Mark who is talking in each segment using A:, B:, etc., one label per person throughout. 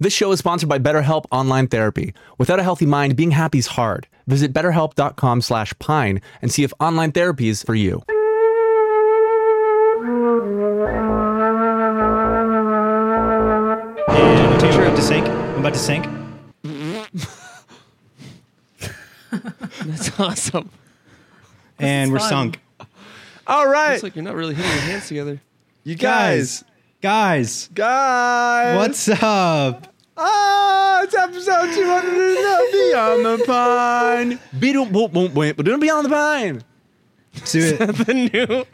A: This show is sponsored by BetterHelp Online Therapy. Without a healthy mind, being happy is hard. Visit betterhelp.com slash pine and see if online therapy is for you.
B: And takes her up to sink. I'm about to sink.
C: That's awesome.
B: And we're
C: fun.
B: sunk.
D: All right,
C: It's like you're not really hitting your hands together.
D: you guys,
B: Guys,
D: guys.
B: what's up?
D: Ah, it's episode 290 on the pine.
A: Be don't boom, boom, boom, but don't be on the pine.
B: Do it.
C: The new.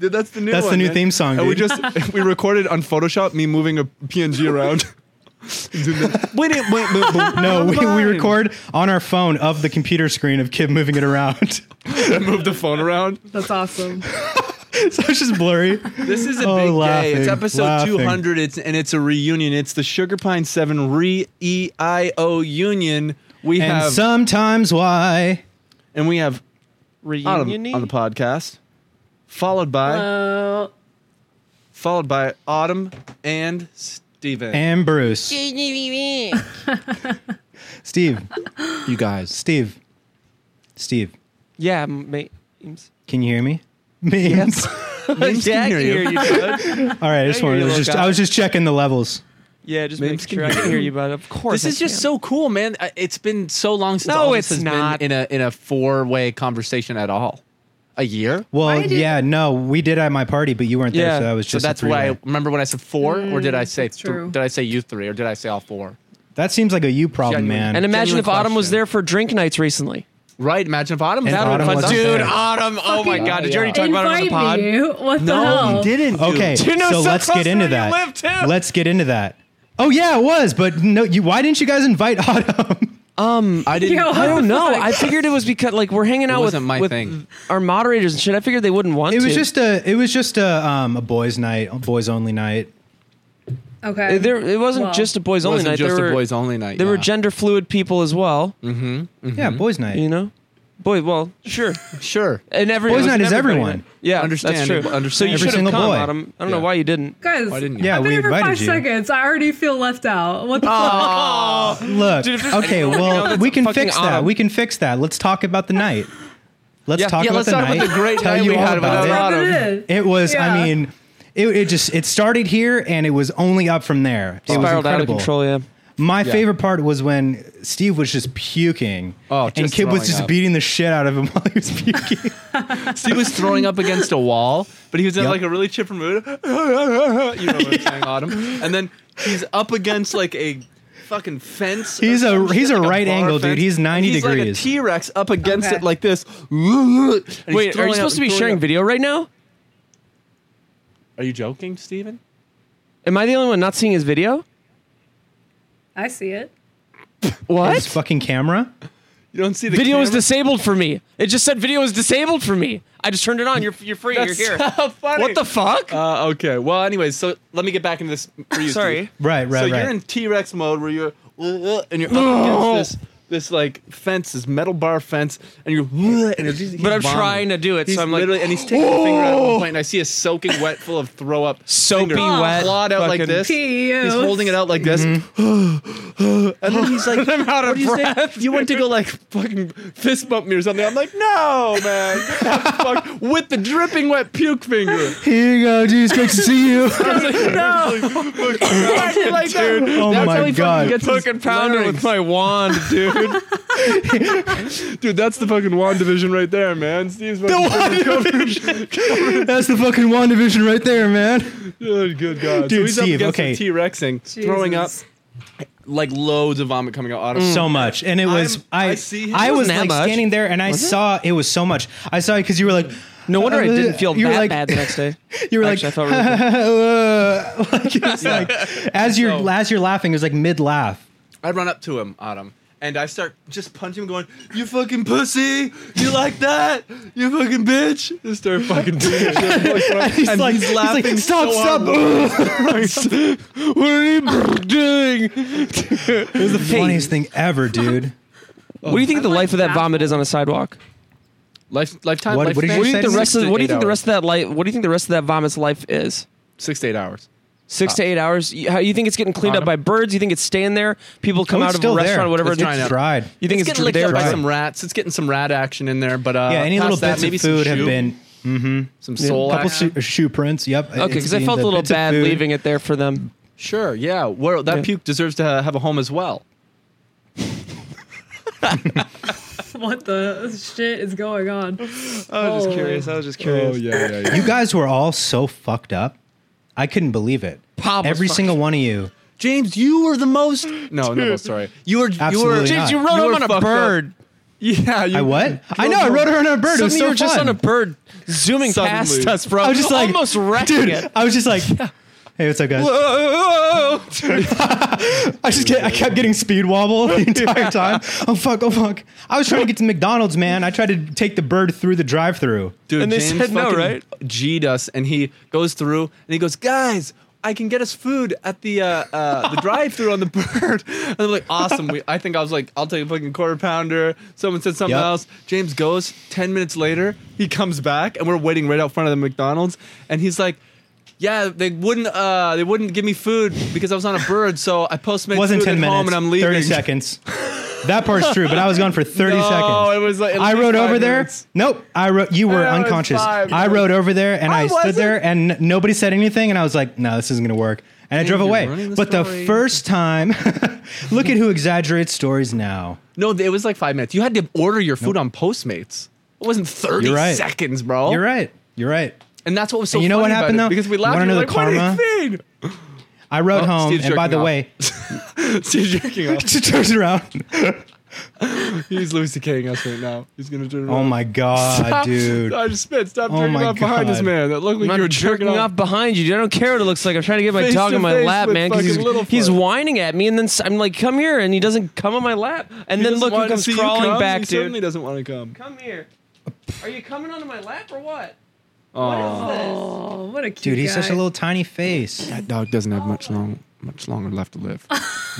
D: Dude, that's the new
B: That's the
D: one,
B: new
D: man.
B: theme song,
D: And we
B: dude.
D: just we recorded on Photoshop me moving a PNG around.
A: Wait, wait, wait, wait, wait.
B: No, we, we
D: Fine.
B: record on our phone of the computer screen of Kib moving it around.
D: I moved the phone around.
C: That's awesome.
B: so it's just blurry.
A: This is a
B: Oh,
A: big day. It's
B: laughing,
A: episode
B: laughing.
A: 200, it's, and it's a reunion. It's the Sugar Pine 7 Re E I O Union. We
B: And
A: have
B: sometimes why?
A: and we have on,
C: Reunion.
A: the- on the podcast, followed by
C: Uh,
A: followed by Autumn and Steven.
B: And Bruce. Steve,
D: You guys.
B: Steve, Steve,
C: yeah, m- mate. Eames.
B: can you hear me? Me.
A: Mims can hear you.
C: bud.
B: All right, I just
C: I hear
B: wanted
C: you,
B: I was
C: little
B: just,
C: guy.
B: I was just checking the levels.
C: Yeah, just
A: Mims
C: make
A: can
C: sure I
A: hear
C: can
A: you.
C: hear you, bud. Of course.
A: This is
C: I
A: just
C: can.
A: so cool, man. I- It's been so long since
C: No,
A: all
C: it's
A: this has
C: not.
A: been in a in a four way conversation at all. A year.
B: Well,
E: Why did-
B: yeah, no, we did at my party, but you weren't
C: Yeah,
B: there, so that was
A: So
B: just.
A: that's
B: a
A: why I
B: three-way.
A: remember when I said four, or
C: Mm,
A: did I say
E: that's
A: thr-
E: true.
A: did I say you three, or did I say all four?
B: That seems like a you problem,
A: Genuine.
B: man.
C: And imagine if
A: Genuine
C: Autumn was
A: question.
C: there for drink nights recently.
A: Right? Imagine if Autumn.
B: And
A: that
B: Autumn
A: would
B: wasn't
A: dude.
B: there.
C: Autumn. Oh my
A: Fucking-
C: God. Did you already
A: Yeah.
C: talk about it on the
E: Invite
C: pod?
E: me. What the
A: No,
E: hell?
A: he didn't. dude.
B: Okay,
C: Dude, no,
B: so
C: so
B: let's
C: close
B: get
C: to
B: into
C: where you
B: that.
C: live, too.
B: Let's get into that. Oh yeah, it was, but no, you. Why didn't you guys invite Autumn?
A: I didn't.
E: Yo.
C: I don't know. I figured it was because like we're hanging out with,
A: wasn't my
C: with
A: thing.
C: our moderators and shit. I figured they wouldn't want
B: It
C: to.
B: was just a, it was just a, um, a boys' night, a boys only night.
E: Okay.
C: Uh, there. It wasn't
E: Well,
C: just a boys only
A: wasn't
C: night.
A: just
C: there
A: a
C: were,
A: boys only night.
C: There were
A: yeah. Mm-hmm.
C: gender fluid people as well.
B: Yeah, boys' night.
C: You know, boy. Well, sure.
A: sure.
C: And every
B: Boys
C: it was
B: night is
C: everybody
B: everyone.
C: night. Yeah,
A: Understand-
C: That's true.
A: understand.
C: So you
A: Every
C: should have
B: single
C: come,
B: boy.
C: Adam. I don't
A: Yeah.
C: know why you didn't.
E: Guys,
A: Why didn't you?
B: Yeah,
E: I've been
B: we
E: here for
B: invited
E: five
B: you. Ah,
E: seconds. I already feel left out. What the fuck?
B: Look,
C: Dude, if there's
B: okay,
C: anyone you know
B: well,
C: that's
B: we can
C: fucking
B: fix that.
C: Autumn-
B: We can fix that. Let's talk about the night. Let's
C: Yeah.
B: talk
A: Yeah,
B: about
A: let's
B: the
A: talk
B: night.
A: about the great
B: tell
A: night
B: you
A: we
B: all
A: had
B: about
A: without
B: it.
A: Autumn.
E: What is?
B: It was, I
E: Yeah.
B: mean, it, it just it started here and it was only up from there. It was
C: Spiraled out of
B: incredible.
C: control. Yeah.
B: My favorite part was when Steve was just puking.
A: Oh,
B: and
A: just
B: Kib was
A: throwing
B: just
A: up.
B: beating the shit out of him while he was puking.
A: He was throwing up against a wall, but he was in
B: Yep.
A: like a really chipper mood. you know what I'm saying, Autumn? And then he's up against like a fucking fence. or
B: He's a-
A: some shit,
B: he's a
A: like
B: right
A: bar
B: angle, dude. He's 90
A: he's like
B: degrees.
A: a T-Rex up against
E: Okay.
A: it like this. And he's
C: Wait, are
A: throwing
C: you
A: up
C: supposed to be
A: and throwing
C: sharing
A: up.
C: video right now?
A: Are you joking, Steven?
C: Am I the only one not seeing his video?
E: I see it.
B: His
C: What?
B: fucking camera.
A: You don't see the
C: Video is
A: camera?
C: disabled for me. It just said video is disabled for me. I just turned it on. You're you're free.
A: That's
C: you're here.
A: so funny.
C: What the fuck?
A: Uh, okay. Well, anyways, so let me get back into this for you.
C: Sorry.
A: Steve.
B: Right, right,
A: So
B: right.
A: you're in T-Rex mode where you're uh, and you're up against this this like fence, this metal bar fence, and you're uh, and it's just, he's
C: But I'm
A: vomiting.
C: trying to do it,
A: He's
C: so I'm like,
A: literally, and he's taking the finger out at one point, and I see a soaking wet, full of throw up,
C: Soapy
A: finger,
C: wet
A: clawed out like
C: fucking-
A: this.
E: Pee-oo.
A: He's holding it out like this,
B: Mm-hmm.
A: and then he's like, "I'm out of you say? You went to go like fucking fist bump me or something. I'm like, "No, man, Get the fuck with the dripping wet puke finger."
B: Here you go, dude. It's great to see you.
A: like that.
B: Oh
A: That's how
B: my
A: he fucking
B: god.
A: gets his
C: Fucking pounded
A: larynx.
C: with my wand, dude.
D: Dude, that's the fucking wand division right there, man. Steve's fucking
B: That's the fucking WandaVision right there, man.
D: good, good god.
B: Dude, Steve, okay.
D: T Rexing, throwing up.
E: Jesus.
A: like loads of vomit coming out.
C: Mm.
A: Autumn.
B: So much. And it was
D: I'm-
B: I
D: I see him.
B: I,
D: It
B: was
C: wasn't that
B: like
C: much.
B: standing there and I saw it? was so much. I saw it because you were like
C: No wonder I
B: uh,
C: didn't feel
B: you were
C: that
B: like-
C: bad the next day.
B: You were
C: Actually, I
B: like,
C: felt really good.
B: "Uh," like, it's like as you're
A: So-
B: as you're laughing, it was like mid laugh.
A: I run up to him, Autumn, and I start just punching him, going, "You fucking pussy! You like that? You fucking bitch!" And start fucking doing shit.
B: He's
A: And
B: like,
A: he's laughing
B: stop,
A: so
B: stop.
A: hard.
B: what are you doing? it was the funniest thing ever, dude.
C: What do you think the life of that vomit is on a sidewalk?
A: Life, lifetime.
B: What- what did
A: lifespan?
B: you
C: What do you think
B: Six
C: the rest of
A: to
C: what do you
A: eight
C: think the
A: hours.
C: rest of that life what do you think the rest of that vomit's life is?
A: Six to eight hours.
C: Six to eight hours. You, how, you think it's getting cleaned up by birds? You think it's staying there? People come
B: Oh,
C: out
B: it's
C: of a
B: still
C: restaurant,
B: there.
C: whatever.
B: It's
C: it is.
A: drying up.
B: dried.
C: You think
A: it's,
C: it's,
A: getting licked up by
B: dried.
A: some rats. It's getting some rat action in there, but uh,
B: yeah, any
A: past
B: little
A: that,
B: bits
A: maybe
B: of
A: some
B: food
A: shoe,
B: have been mm-hmm,
A: some soul
B: couple
A: action.
B: shoe, shoe prints. Yep.
C: Okay, because I felt a little bad leaving it there for them.
A: Sure, yeah. Well, that
C: Yeah.
A: puke deserves to ha- have a home as well.
E: What the shit is going on?
A: I was
E: Oh.
A: just curious. I was just curious.
F: yeah, yeah.
B: You guys were all so fucked up. I couldn't believe it.
C: Pop was
B: Every
C: fucked
B: single one of you.
A: James, you were the most. No, no, no, sorry. You were. You were.
B: Absolutely
A: James,
B: not.
C: you rode
A: You were
C: him on
A: fucked
C: a
A: up.
C: bird.
A: yeah, you,
B: I what? I
A: drove
B: know. I
A: home.
B: rode her on a bird. It was
C: Suddenly
B: so
C: you were
B: fun.
C: just on a bird zooming
A: Suddenly.
C: past us, bro.
B: I was just like,
C: almost wrecking
B: dude.
C: it.
B: I was just like, hey, what's up, guys?
A: Oh,
B: I just get, I kept getting speed wobble the entire time. Oh fuck! Oh fuck! I was trying to get to McDonald's, man. I tried to take the bird through the drive-through.
A: Dude,
C: And they
A: James
C: said no,
A: fucking
C: right?
A: G'd us, and he goes through, and he goes, "Guys, I can get us food at the uh, uh, the drive-through on the bird." And I'm like, "Awesome!" We, I think I was like, "I'll take a fucking quarter pounder." Someone said something
B: Yep.
A: else. James goes. Ten minutes later, he comes back, and we're waiting right out front of the McDonald's, and he's like. Yeah, they wouldn't. Uh, they wouldn't give me food because I was on a bird. So I postmate
B: wasn't
A: food
B: ten
A: at
B: minutes.
A: home, and I'm leaving.
B: Thirty seconds. That part's true, but I was gone for thirty
A: No,
B: seconds.
A: it was like at
B: I
A: least
B: rode
A: five
B: over there.
A: minutes.
B: Nope, I rode. You were
A: Yeah, it was
B: unconscious.
A: five
B: I
A: minutes.
B: rode over there and I,
A: I
B: stood there,
A: wasn't.
B: and n- nobody said anything, and I was like, "No, this isn't gonna work." And I drove
A: you're
B: away.
A: ruining the
B: but the
A: story.
B: first time, look at who exaggerates stories now.
A: No, it was like five minutes. You had to order your food on Postmates. It wasn't 30
B: You're right.
A: seconds, bro.
B: You're right. You're right.
A: And that's what was so
B: And you know
A: funny
B: what
A: about
B: happened,
A: it,
B: though?
A: Because we
B: You
A: laughed
B: wanna
A: and we
B: know
A: were like, what
B: the karma?
A: do you think?
B: I rode home,
A: Oh, Steve's
B: and by
A: jerking
B: the
A: off.
B: way,
A: Steve's jerking off.
B: she turns around.
A: He's Louis CKing us right now. He's going to turn around.
B: Oh my god,
A: Stop.
B: dude!
A: I just spit. Stop
B: Oh
A: jerking
B: my
A: off behind this
B: God.
A: man. That looked like
C: I'm
A: you were
C: not
A: jerking,
C: jerking off behind you, dude. I don't care what it looks like. I'm trying to get my
A: Face
C: dog
A: to
C: on my
A: face
C: lap,
A: with
C: man, because
A: fucking
C: he's,
A: Littlefoot.
C: he's whining at me, and then s- I'm like, "Come here," and he doesn't come on my lap. And then
A: Doesn't
C: look,
A: want
C: who
A: to
C: comes
A: see you
C: crawling
A: come.
C: back,
A: he
C: dude.
A: certainly doesn't want to come.
C: Come here. Are you coming onto my lap or what?
A: Oh.
E: Oh, what a cute
B: Dude, he's
E: guy.
B: such a little tiny face.
A: That dog doesn't have much long, much longer left to live.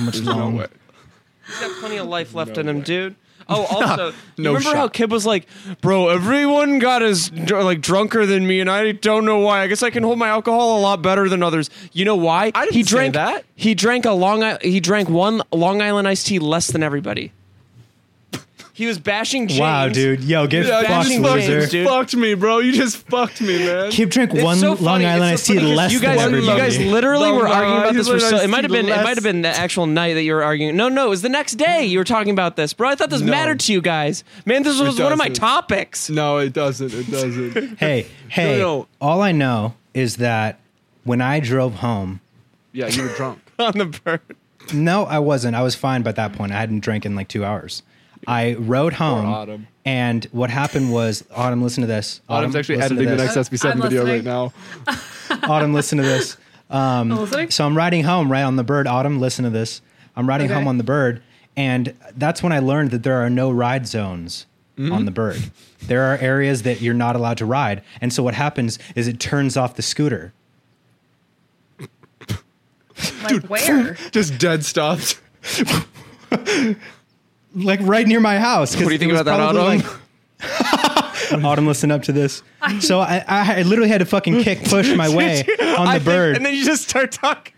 B: Much long.
C: He's got plenty of life left in him, dude. Oh, also, you
A: No
C: remember how
A: shot.
C: Kib was like, "Bro, everyone got is dr- like drunker than me, and I don't know why. I guess I can hold my alcohol a lot better than others. You know why?
A: I didn't
C: he
A: say
C: drank
A: that.
C: He drank a long. I- He drank one Long Island iced tea less than everybody. He was bashing James.
B: Wow, dude! Yo, get
A: Yeah,
B: fucked,
A: you
C: fucking
A: just
B: loser.
A: fucked,
C: dude.
A: fucked me, bro. You just fucked me, man.
B: Keep drink
C: It's
B: one
C: so
B: Long
C: funny.
B: Island. I
C: It's so
B: see
C: funny 'cause
B: less
C: you
B: than
C: guys,
B: everybody.
C: You guys literally
A: Long
C: were arguing about
A: Island
C: this for so. It
A: iced
C: might have
A: tea
C: been. It
A: less.
C: might have been the actual night that you were arguing. No, no, it was the next day you were talking about this, bro. I thought this mattered to you guys, man. This was one of my
A: doesn't.
C: topics.
A: no, it doesn't. It doesn't.
B: hey, hey!
A: no.
B: All I know is that when I drove home,
A: yeah, you were drunk.
C: on the bird.
B: no, I wasn't. I was fine by that point. I hadn't drank in like two hours. I rode home,
A: Autumn.
B: and what happened was, Autumn, listen to this.
A: Autumn's actually
B: listen to
A: editing the
B: this.
A: next SB7
E: I'm
A: video
E: listening.
A: right now.
B: Autumn, listen to this.
E: Oh, is that-
B: So I'm riding home, right on the bird. Autumn, listen to this. I'm riding
E: Okay.
B: home on the bird, and that's when I learned that there are no ride zones on the bird. There are areas that you're not allowed to ride, and so what happens is it turns off the scooter.
E: like where?
A: Just dead stopped.
B: like right near my house. What
C: do you think about that,
B: autumn, listen up to this. So I, I, I literally had to fucking kick push my way on
C: I
B: the
C: think-
B: bird.
C: and then you just start talking.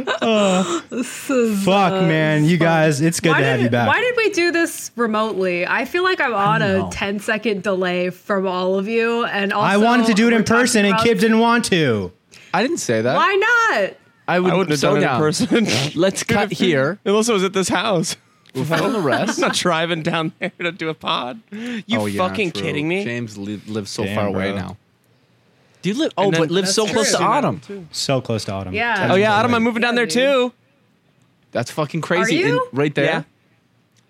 E: This is,
B: Fuck, man, you guys, it's good
E: why,
B: to have
E: did,
B: you back.
E: why did we do this remotely? I feel like I'm on a 10 second delay from all of you, and also
B: I wanted to do it
E: we're
B: in
E: talking
B: person, and
E: about-
B: Kib didn't want to.
A: I didn't say that.
E: Why not?
A: I, would,
C: I wouldn't have
A: slow
C: done it in
A: down.
C: person.
A: Let's cut here.
C: Unless it was at this house.
A: We'll film the rest.
C: I'm not driving down there to do a pod. You
A: Oh,
C: fucking kidding me?
A: James li- lives so
B: Damn,
A: far away
B: bro.
A: now. Do you live? Oh,
C: And then-
A: but lives so
E: That's
A: close
E: true.
A: to Autumn.
B: So close to autumn.
E: Yeah.
B: Ten
C: Oh
B: minutes
C: yeah, Adam,
B: away.
C: I'm moving down there too.
A: That's fucking crazy.
E: Are
A: In-
E: you?
A: right there.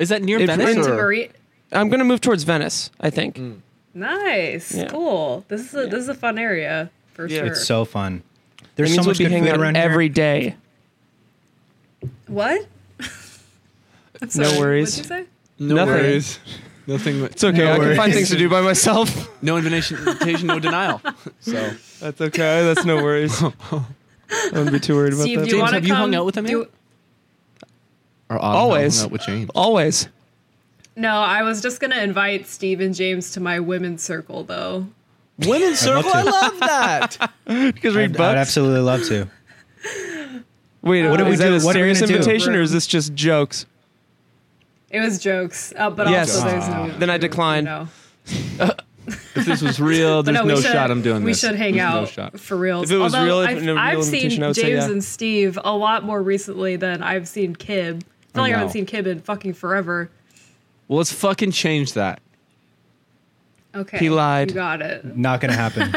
A: Is
C: Yeah.
A: that near
C: It-
A: Venice?
C: into
E: Into
A: Or?
E: Marie.
C: I'm gonna move towards Venice. I think.
E: Nice,
C: Yeah.
E: cool. This is a this is a fun area for
C: Yeah.
E: sure.
B: It's so fun.
C: That
B: There's so
C: means we'll
B: much
C: be
B: good
C: hanging
B: food
C: out
B: around
C: every
B: here.
C: day.
E: what? I'm
C: No
E: sorry,
C: worries.
E: What'd you say?
A: No
C: Nothing.
A: worries. Nothing.
C: It's okay. I can find
B: worries.
C: things to do by myself.
A: No invitation, invitation, no denial. So,
C: That's okay. That's no worries. I wouldn't be too worried about
E: Steve,
C: that.
E: do you
A: James,
E: want to
A: have you hung out with him yet? or Autumn
C: Always.
A: hung out with James.
C: Always.
E: No, I was just gonna invite Steve and James to my women's circle though.
A: Women's
B: love
A: circle. I
B: to.
A: love that.
C: Because read
B: I'd, I'd
C: books.
B: absolutely love to.
C: Wait, what
B: do we
C: is that
B: do?
C: a
B: What are we
C: serious
B: gonna do?
C: invitation or is this just jokes?
E: It was jokes, uh, but
C: Yes.
E: also there's
A: Ah.
E: no.
C: Then I decline.
E: No,
A: if this was real,
E: but
A: there's
E: no,
A: no,
E: we should,
A: shot. I'm doing
E: we
A: this.
E: should hang
A: There's
E: out
A: No shot.
E: for real.
C: If it was
E: Although
C: real, if
E: I've,
C: in a real
E: I've
C: invitation,
E: seen
C: I would
E: James
C: say yeah.
E: and Steve a lot more recently than I've seen Kib. I feel like I haven't
A: know.
E: seen Kib in fucking forever.
A: Well, let's fucking change that.
E: Okay,
C: He lied.
E: You got it.
B: Not gonna happen.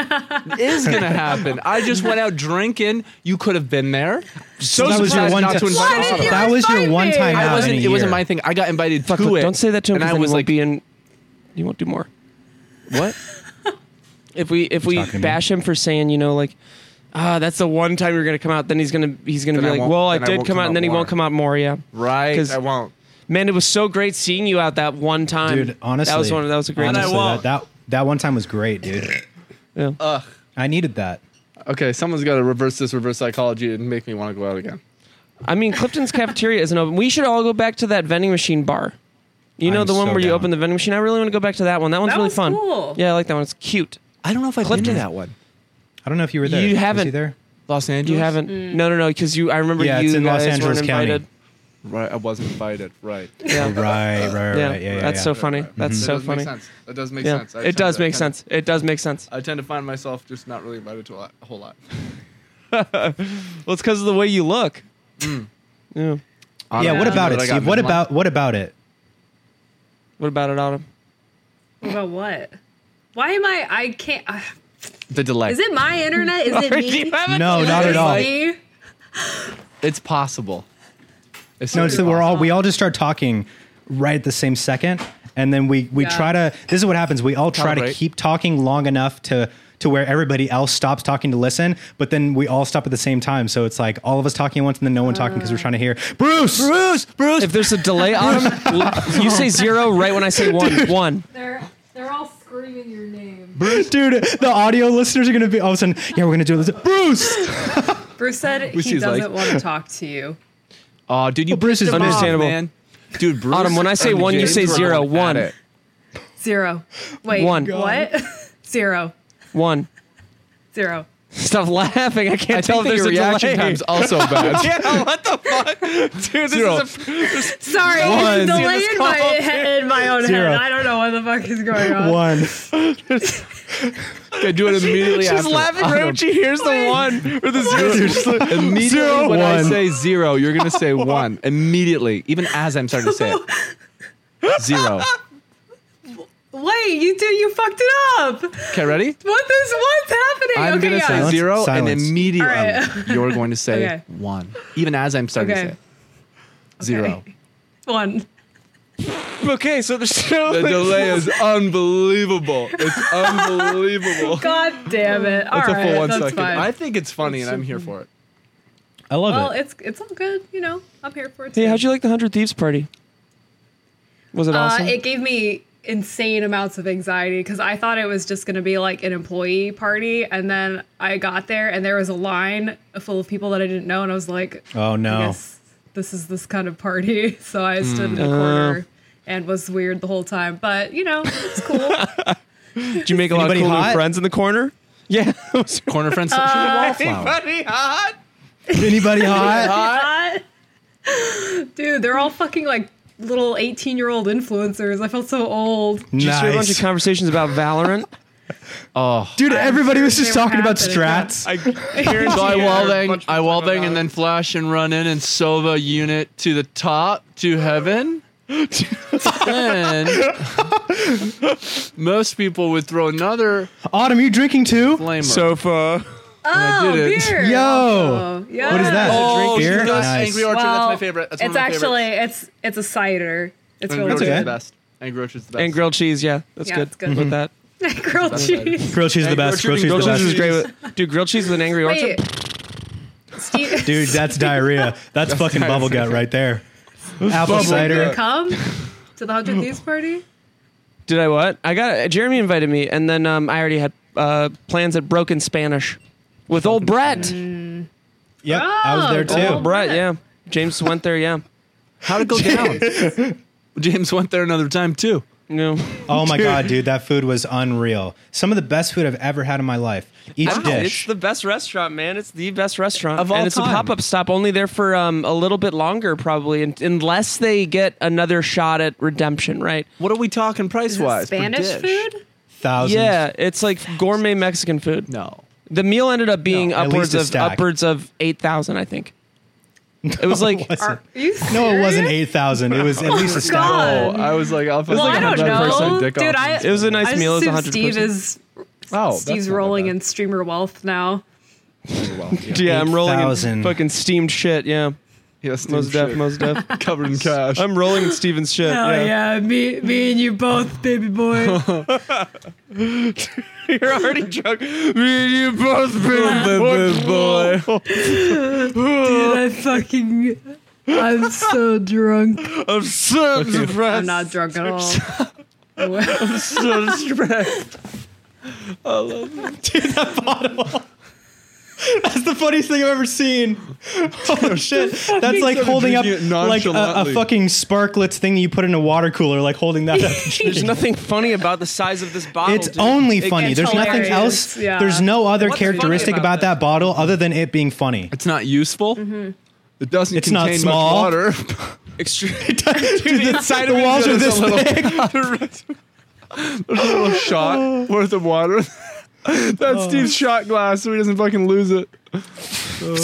A: Is gonna happen. I just went out drinking. You could have been there. So
B: that was your
A: surprised
B: one.
A: not
B: ti-
A: to invite
E: Why
A: us on
E: didn't
A: a-
E: you
B: that was your
E: invite
B: one
E: me?
B: time out
E: I
A: I
B: in
A: wasn't.
B: a
A: It wasn't
B: year.
A: my thing. I got invited to it.
C: Don't say that to him.
A: And
C: 'cause
A: I
C: then
A: was
C: he won't
A: like,
C: be in. You won't do more. What? if we if we
B: talking to me.
C: bash him for saying you know like, ah, that's the one time you're gonna come out. Then he's gonna he's gonna
G: Then I
C: be like,
G: won't-
C: well, I
G: then I
C: did
G: won't
C: come out, and then he
G: more.
C: won't come out more. Yeah.
G: Right?
C: 'Cause-
G: I won't.
C: Man, it was so great seeing you out that one time,
B: dude. Honestly,
C: That was one. That was a great.
B: honestly,
A: I won't.
B: that, that that one time was great, dude.
C: Yeah.
B: I needed that.
A: Okay, someone's got to reverse this reverse psychology and make me want to go out again.
C: I mean, Clifton's cafeteria isn't open. We should all go back to that vending machine bar. You know
B: I'm
C: the one
B: so
C: where you
B: down.
C: open the vending machine. I really want to go back to that one. That one's
E: That
C: really
E: was
C: fun.
E: cool.
C: Yeah, I like that one. It's cute.
A: I don't know if I
C: Clifton.
A: one.
B: I don't know if you were there.
C: You
B: Was he
C: haven't.
B: there?
A: Los Angeles.
C: You haven't?
E: mm.
C: No, no, no. Because you, I remember
B: Yeah,
C: you
B: it's in Los
C: guys
B: Angeles
C: weren't
B: County.
C: invited.
A: Right, I wasn't invited. Right.
C: Yeah.
B: Right, right, right. Yeah,
C: Yeah,
B: yeah, yeah
C: that's
B: yeah.
C: so funny. That's
A: That
C: so
A: does
C: funny.
A: Make sense. That does make
C: Yeah,
A: sense. I
C: it
A: tend
C: does
A: to-
C: make
A: I tend-
C: sense. It does make sense.
A: I tend to find myself just not really invited to a, lot, a whole lot.
C: Well, it's because of the way you look. Yeah.
B: Yeah, what
E: Yeah.
B: about
A: But
B: it,
A: I got
B: Steve? What
A: mid-month.
B: about what about it?
C: What about it, Autumn?
E: About what? Why am I? I can't. Uh,
A: The delay.
E: is it my internet? Is it me?
B: No,
E: Is
B: not
E: it
B: at all.
E: me?
A: It's possible.
B: No, it's that
A: really
B: we're all
A: possible.
B: we all just start talking right at the same second, and then we we
E: Yeah.
B: try to. This is what happens. We all try to
A: Calibrate.
B: keep talking long enough to to where everybody else stops talking to listen, but then we all stop at the same time. So it's like all of us talking once, and then no one talking because we're trying to hear Bruce.
C: Bruce, Bruce. If there's a delay, Autumn, l- you say zero right when I say one. One.
H: They're they're all screaming your name.
B: Dude, the audio listeners are gonna be all of a sudden. Yeah, we're gonna do this. Bruce.
E: Bruce said
A: Which
E: he
A: is like-
E: doesn't want to talk to you.
A: Aw, Uh, dude, you
B: Well, Bruce
A: pissed
B: is
A: him off,
C: understandable.
A: man. Dude, Bruce.
C: Autumn, when I say
A: and
C: one, you
A: James
C: say
A: were
C: zero.
A: going at
C: One.
A: it.
E: Zero. Wait.
C: One.
E: What? Zero.
C: One.
E: Zero.
C: Stop laughing. I can't
A: I
C: tell
A: think that
C: if there's
A: your
C: a
A: reaction
C: delay.
A: time's also bad.
C: Yeah, what the fuck? Dude, this
A: Zero.
C: is a
E: Sorry,
C: One.
E: it's a
C: Dude,
E: delay
C: this
E: in
C: call,
E: my, in my own
B: Zero.
E: head. I don't know what the fuck is going on.
B: One.
A: I do it immediately
C: She's
A: after.
C: laughing right when she hears the one or the zero.
A: Immediately
C: Zero.
A: when I
B: One.
A: say zero, you're gonna say one. Immediately, even as I'm starting to say it. Zero.
E: Wait, you do you fucked it up.
A: Okay, ready?
E: What this? What's happening?
A: I'm
E: okay,
A: gonna
E: yeah.
A: say
B: Silence.
A: zero,
B: Silence.
A: and immediately
E: All
A: you're going to say
E: Okay.
A: one. Even as I'm starting
E: Okay.
A: to say it. zero.
E: Okay. One.
C: Okay, so there's still
A: The delay is unbelievable. It's unbelievable.
E: God damn it. All
A: it's
E: right,
A: a full one
E: that's
A: second.
E: fine.
A: I think it's funny, and I'm here for it.
B: I love
E: well,
B: it.
E: it's it's all good. You know, I'm here for it.
C: Hey,
E: too.
C: how'd you like the Hundred Thieves party? Was it
E: Uh,
C: awesome?
E: it gave me insane amounts of anxiety because I thought it was just going to be like an employee party, and then I got there and there was a line full of people that I didn't know, and I was like,
B: Oh
E: I
B: no.
E: guess this is this kind of party. So I stood in the corner and was weird the whole time, but you know, it's cool.
C: Did you make a lot of
B: Anybody
C: cool new
B: hot?
C: friends in the corner? Yeah.
A: Corner friends, wallflower.
C: Anybody hot?
B: Anybody hot?
E: Hot. Dude, they're all fucking like little 18 year old influencers. I felt so old.
C: Did you just hear a bunch of
B: Nice.
C: conversations about Valorant?
B: Dude, everybody was just
E: they were
B: talking about
E: happening, yeah.
B: strats.
C: I guarantee
A: So I
C: you
A: wall
C: there are a
A: bang,
C: bunch of
A: I wall
C: people
A: bang, and
C: talking
A: then flash and run in and sova unit to the top to heaven. then most people would throw another
B: Autumn, you drinking too?
A: flamer.
C: about Valorant. Sofa.
E: Oh,
A: did it.
E: beer.
B: Yo.
E: also.
B: What is that?
E: Yeah.
B: Oh,
A: oh,
B: Drink
A: she
B: beer?
A: does
B: Nice.
A: Angry Orchard. that's my favorite. That's one
E: it's
A: of my
E: actually
A: favorites.
E: it's it's a cider. It's
A: Angry
E: really
A: Orchard's
B: okay.
A: the best. Angry Orchard's the best.
C: And grilled cheese, yeah. That's
E: Yeah,
C: good.
E: it's good.
C: With that.
E: good. Grilled cheese.
B: Grilled cheese is the best. Grilled cheese
C: Grilled
B: is the
C: cheese is
B: best.
C: great with dude, grilled cheese with an angry orchard.
E: Wait, Steve,
B: Dude, that's diarrhea. That's fucking bubble gut right there. Apple
E: you
B: cider.
E: come to the hundred thieves party?
C: Did I what? I got Jeremy invited me, and then um, I already had uh, plans at Broken Spanish with old Brett.
B: Yep, I was there
E: Oh,
B: too.
E: bro.
C: Brett, yeah. James went there, yeah.
A: How'd it go down? James went there another time too.
C: No.
B: Oh my god, dude, that food was unreal. Some of the best food I've ever had in my life. Each
C: It's
B: dish.
C: the best restaurant, man. It's the best restaurant
I: Of all
C: and it's
I: time.
C: a pop-up stop, only there for um, a little bit longer, probably, un- unless they get another shot at redemption, right?
I: What are we talking price wise?
E: Spanish food?
B: thousands.
C: Yeah, it's like gourmet Mexican food.
I: No.
C: The meal ended up being
B: No, at least
C: upwards
B: a
C: of
B: stack.
C: upwards of eight thousand, I think. It was like
B: wasn't.
E: Are you
B: no, it wasn't
E: serious?
B: 8,000. It was at least a stack.
E: God.
I: Oh, I was like, I'll
E: Well, I don't know, dude. I
C: It was a nice
E: I
C: meal. It was
E: assume
C: 100%.
E: Steve is
I: Oh, that's
E: Steve's
I: not that
E: rolling
I: bad.
E: in streamer wealth now.
C: yeah, I'm rolling in
B: 8,000.
C: fucking steamed shit. Yeah,
I: Yes,
C: most def, most def.
I: covered in cash.
C: I'm rolling in Steven's shit. yeah.
E: Oh, me, me and you both, baby boy.
C: You're already drunk. Me and you both been boy.
E: Dude, I fucking, I'm so drunk.
C: I'm so depressed.
E: I'm not drunk at all. I
C: so depressed.
B: That's the funniest thing I've ever seen. Oh shit. That's like
I: started
B: holding up
I: drinking it
B: like a, a
I: nonchalantly.
B: fucking sparklets thing that you put in a water cooler, like holding that up.
C: There's nothing funny about the size of this bottle.
B: It's
C: dude.
B: only
C: It-
B: funny.
E: It's
B: There's nothing
E: hilarious.
B: else.
E: Yeah.
B: There's no other
C: What's funny
B: characteristic
C: about
B: about
C: that?
B: that bottle other than it being funny.
I: It's not useful.
J: Mm-hmm.
I: It doesn't
B: It's not
I: contain
B: small.
I: much water.
C: Extreme.
B: Dude, the,
C: inside
B: the
C: of it
B: walls are
C: is a
B: this
C: little-
B: thick.
I: a little shot worth of water. That's
B: Oh.
I: Steve's shot glass, so he doesn't fucking lose it.
B: and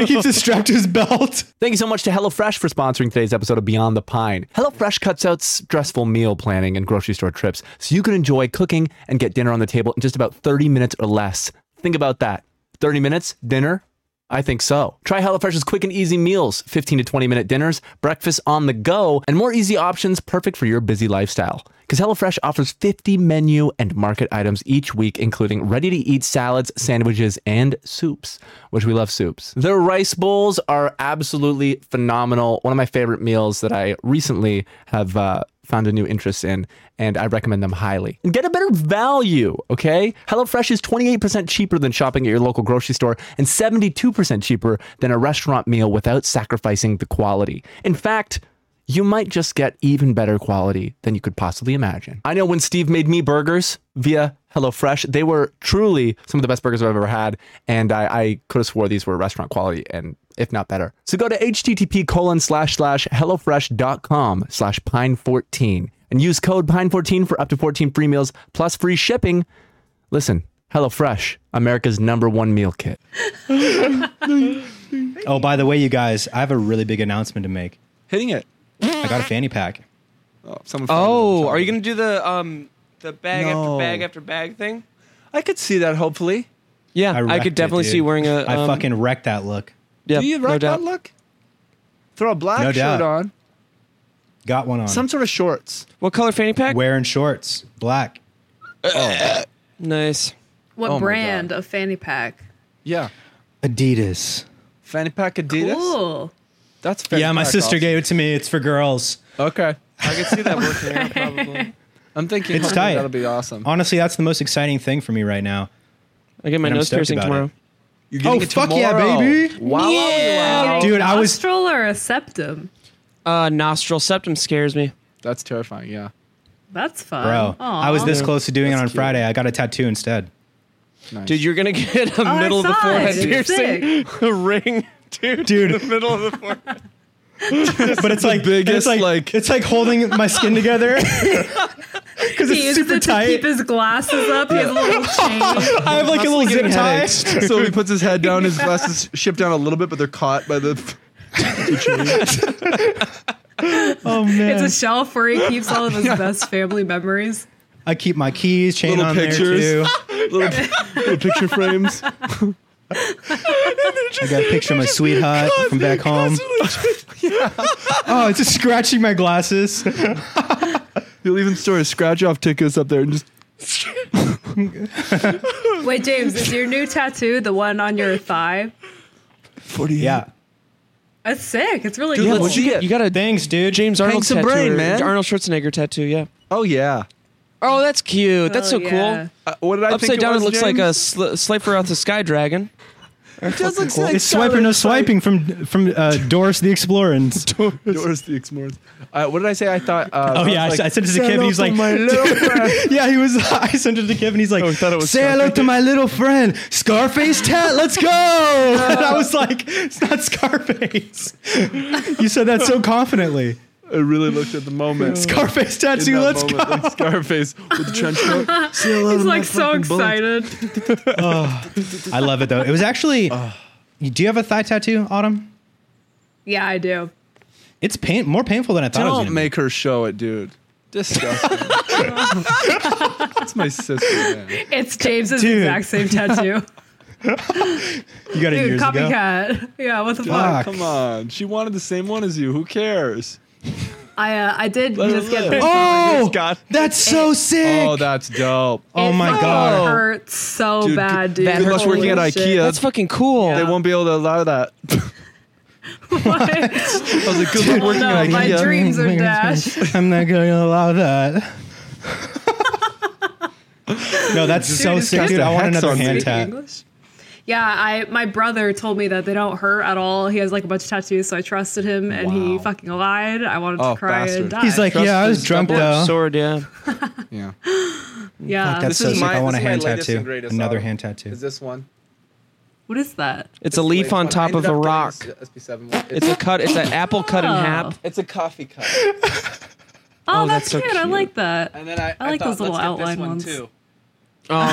B: he keeps it strapped to his belt.
J: Thank you so much to HelloFresh for sponsoring today's episode of Beyond the Pine. HelloFresh cuts out stressful meal planning and grocery store trips so you can enjoy cooking and get dinner on the table in just about 30 minutes or less. Think about that. 30 minutes, dinner? I think so. Try HelloFresh's quick and easy meals, 15 to 20 minute dinners, breakfast on the go, and more easy options perfect for your busy lifestyle. Because HelloFresh offers 50 menu and market items each week, including ready to eat salads, sandwiches, and soups, which we love soups. Their rice bowls are absolutely phenomenal. One of my favorite meals that I recently have uh, found a new interest in, and I recommend them highly. And get a better value, okay? HelloFresh is 28% cheaper than shopping at your local grocery store and 72% cheaper than a restaurant meal without sacrificing the quality. In fact, you might just get even better quality than you could possibly imagine. I know when Steve made me burgers via HelloFresh, they were truly some of the best burgers I've ever had, and I, I could have swore these were restaurant quality and if not better. So go to http colon slash slash hellofresh.com slash pine14 and use code pine14 for up to 14 free meals plus free shipping. Listen, HelloFresh, America's number one meal kit.
B: Oh, by the way, you guys, I have a really big announcement to make.
I: Hitting it.
B: I got a fanny pack.
I: Oh, someone
C: Oh, are you gonna do the um the bag
I: No.
C: after bag after bag thing?
I: I could see that. Hopefully,
C: Yeah, I,
B: wrecked
C: could
B: it,
C: definitely
B: dude.
C: see you wearing a.
B: I
C: um,
B: fucking wrecked that look.
C: Yeah,
I: do you
C: no
I: rock
C: doubt.
I: that look? Throw a black
B: No
I: shirt
B: doubt.
I: on,
B: Got one on.
I: some sort of shorts.
C: What color fanny pack?
B: Wearing shorts, black.
C: Nice.
E: what
I: Oh my
E: brand of fanny pack?
I: Yeah,
B: Adidas.
I: fanny pack Adidas.
E: Cool.
I: That's fanny
B: yeah, my
I: pack
B: sister
I: awesome.
B: gave it to me. It's for girls.
I: Okay,
C: I could see that working out probably.
I: I'm thinking
B: It's
I: hopefully
B: tight.
I: That'll be awesome.
B: Honestly, that's the most exciting thing for me right now.
C: I get my
B: And I'm
C: nose
B: stoked
C: piercing
B: about
C: tomorrow.
B: it.
I: You're
B: Oh,
I: getting it
B: fuck yeah,
I: tomorrow.
B: baby.
I: Wow, wow,
E: Oh,
I: wow.
B: Dude, I was-
E: nostril or a septum.
C: Uh, nostril septum scares me.
I: That's terrifying. Yeah.
E: That's fun.
B: Bro, I was
E: Aw.
B: this close to doing it on
I: cute.
B: Friday. I got a tattoo instead.
C: Dude, you're gonna get a
E: Oh, I
C: middle of the
E: saw it.
C: forehead
E: It's
C: piercing, a ring, dude,
B: Dude.
C: in the middle of the forehead.
B: But it's like it's
I: biggest,
B: like,
I: like-
B: it's like holding my skin together. Cuz
E: He
B: it's
E: used
B: super
E: it to keep
B: tight.
E: his glasses up. He has a little chain.
B: I have like a little zip tie.
I: so he puts his head down, his glasses shift down a little bit, but they're caught by the.
B: Oh man.
E: It's a shelf where he keeps all of his best family memories.
B: I keep my keys, chain
I: Little
B: on
I: pictures.
B: there too.
I: little, little picture frames.
B: I got a picture of my sweetheart from back home. Oh, it's just scratching my glasses.
I: You'll even store a scratch off tickets up there and just
E: Wait, James, is your new tattoo the one on your thigh?
I: 48.
B: Yeah.
E: That's sick. It's really
I: Yeah,
E: cool.
I: what'd you get?
C: You got a
B: Thanks, dude.
C: James Arnold
I: some
C: tattoo,
I: brain,
C: or
I: man.
C: Arnold Schwarzenegger tattoo. Yeah.
I: Oh yeah.
C: Oh, that's cute. That's so
E: Oh, yeah.
C: cool.
I: Uh, what did I think?
C: Upside down,
I: was,
C: it looks like
I: James?
C: a sl- Slayer out the Sky Dragon.
J: just looks like
B: It's swiping no swiping from from uh, Doris the Explorer. And
J: Doris the Explorers. Uh, what did I say? I thought. Uh,
B: oh yeah, I
J: was
B: s- I,
J: like,
B: sent it to
J: "Sell
B: Kevin.
J: out
B: He's
J: to
B: like,
J: my little friend."
B: yeah, he was. I sent it to Kevin. He's like,
J: I Oh, thought it was
B: say hello to my little friend, Scarface Tat. Let's go. and I was like, it's not Scarface. you said that so confidently.
J: I really looked at the moment.
B: Scarface
J: In
B: tattoo.
J: that
B: Let's
J: moment,
B: go.
J: like Scarface with the trench coat. Say hello
E: He's
J: to my
E: like so
J: fucking bullet.
E: excited.
B: I love it though. It was actually. do you have a thigh tattoo, Autumn?
E: Yeah, I do.
B: It's pain more painful than I thought it was.
J: Don't
B: gonna be.
J: make her show it, dude. Disgusting. That's my sister, man.
E: It's James's
B: Dude.
E: exact same tattoo.
B: You got it
E: Dude,
B: years ago.
E: copycat. Yeah, what the fuck?
B: Fuck.
J: Come on. She wanted the same one as you. Who cares?
E: I uh, I did
J: Let her
E: just get
J: live.
E: oh,
B: Oh,
J: Scott.
B: that's so sick.
J: Oh, that's dope.
B: Oh my god.
E: hurts so
J: Dude,
E: bad, dude.
J: good luck working at
E: Holy
J: IKEA.
E: shit.
C: That's fucking cool.
J: They won't be able to allow that.
E: What?
J: I was like, good luck working
E: no,
J: at
E: my
J: IKEA.
E: dreams are dashed.
B: I'm not going to allow that. no, that's so
E: it's
B: sick,
E: just
B: dude.
J: a
B: I want
J: hex
B: another
J: on
B: hand
J: me.
B: tap.
E: English. Yeah, I my brother told me that they don't hurt at all. He has like a bunch of tattoos, so I trusted him, and he
J: Wow.
E: fucking lied. I wanted
J: Oh,
E: to cry
J: bastard.
E: and die.
B: He's like, yeah, I was drunk though.
C: Sword, yeah.
J: yeah.
E: yeah,
B: That's
J: This
B: so
J: is
B: sick.
J: my-
B: I want a
J: this is my
B: hand
J: latest
B: tattoo.
J: and greatest
B: Another
J: album.
B: hand tattoo.
J: this one?
E: what is that?
C: It's a leaf on top of a rock. It's a cut. It's an apple cut in half.
J: It's a coffee cup.
E: Oh,
C: that's
E: that's,
C: so
E: cute. I
C: cute.
E: like that.
J: then I,
E: I like those little outline ones.
C: Oh,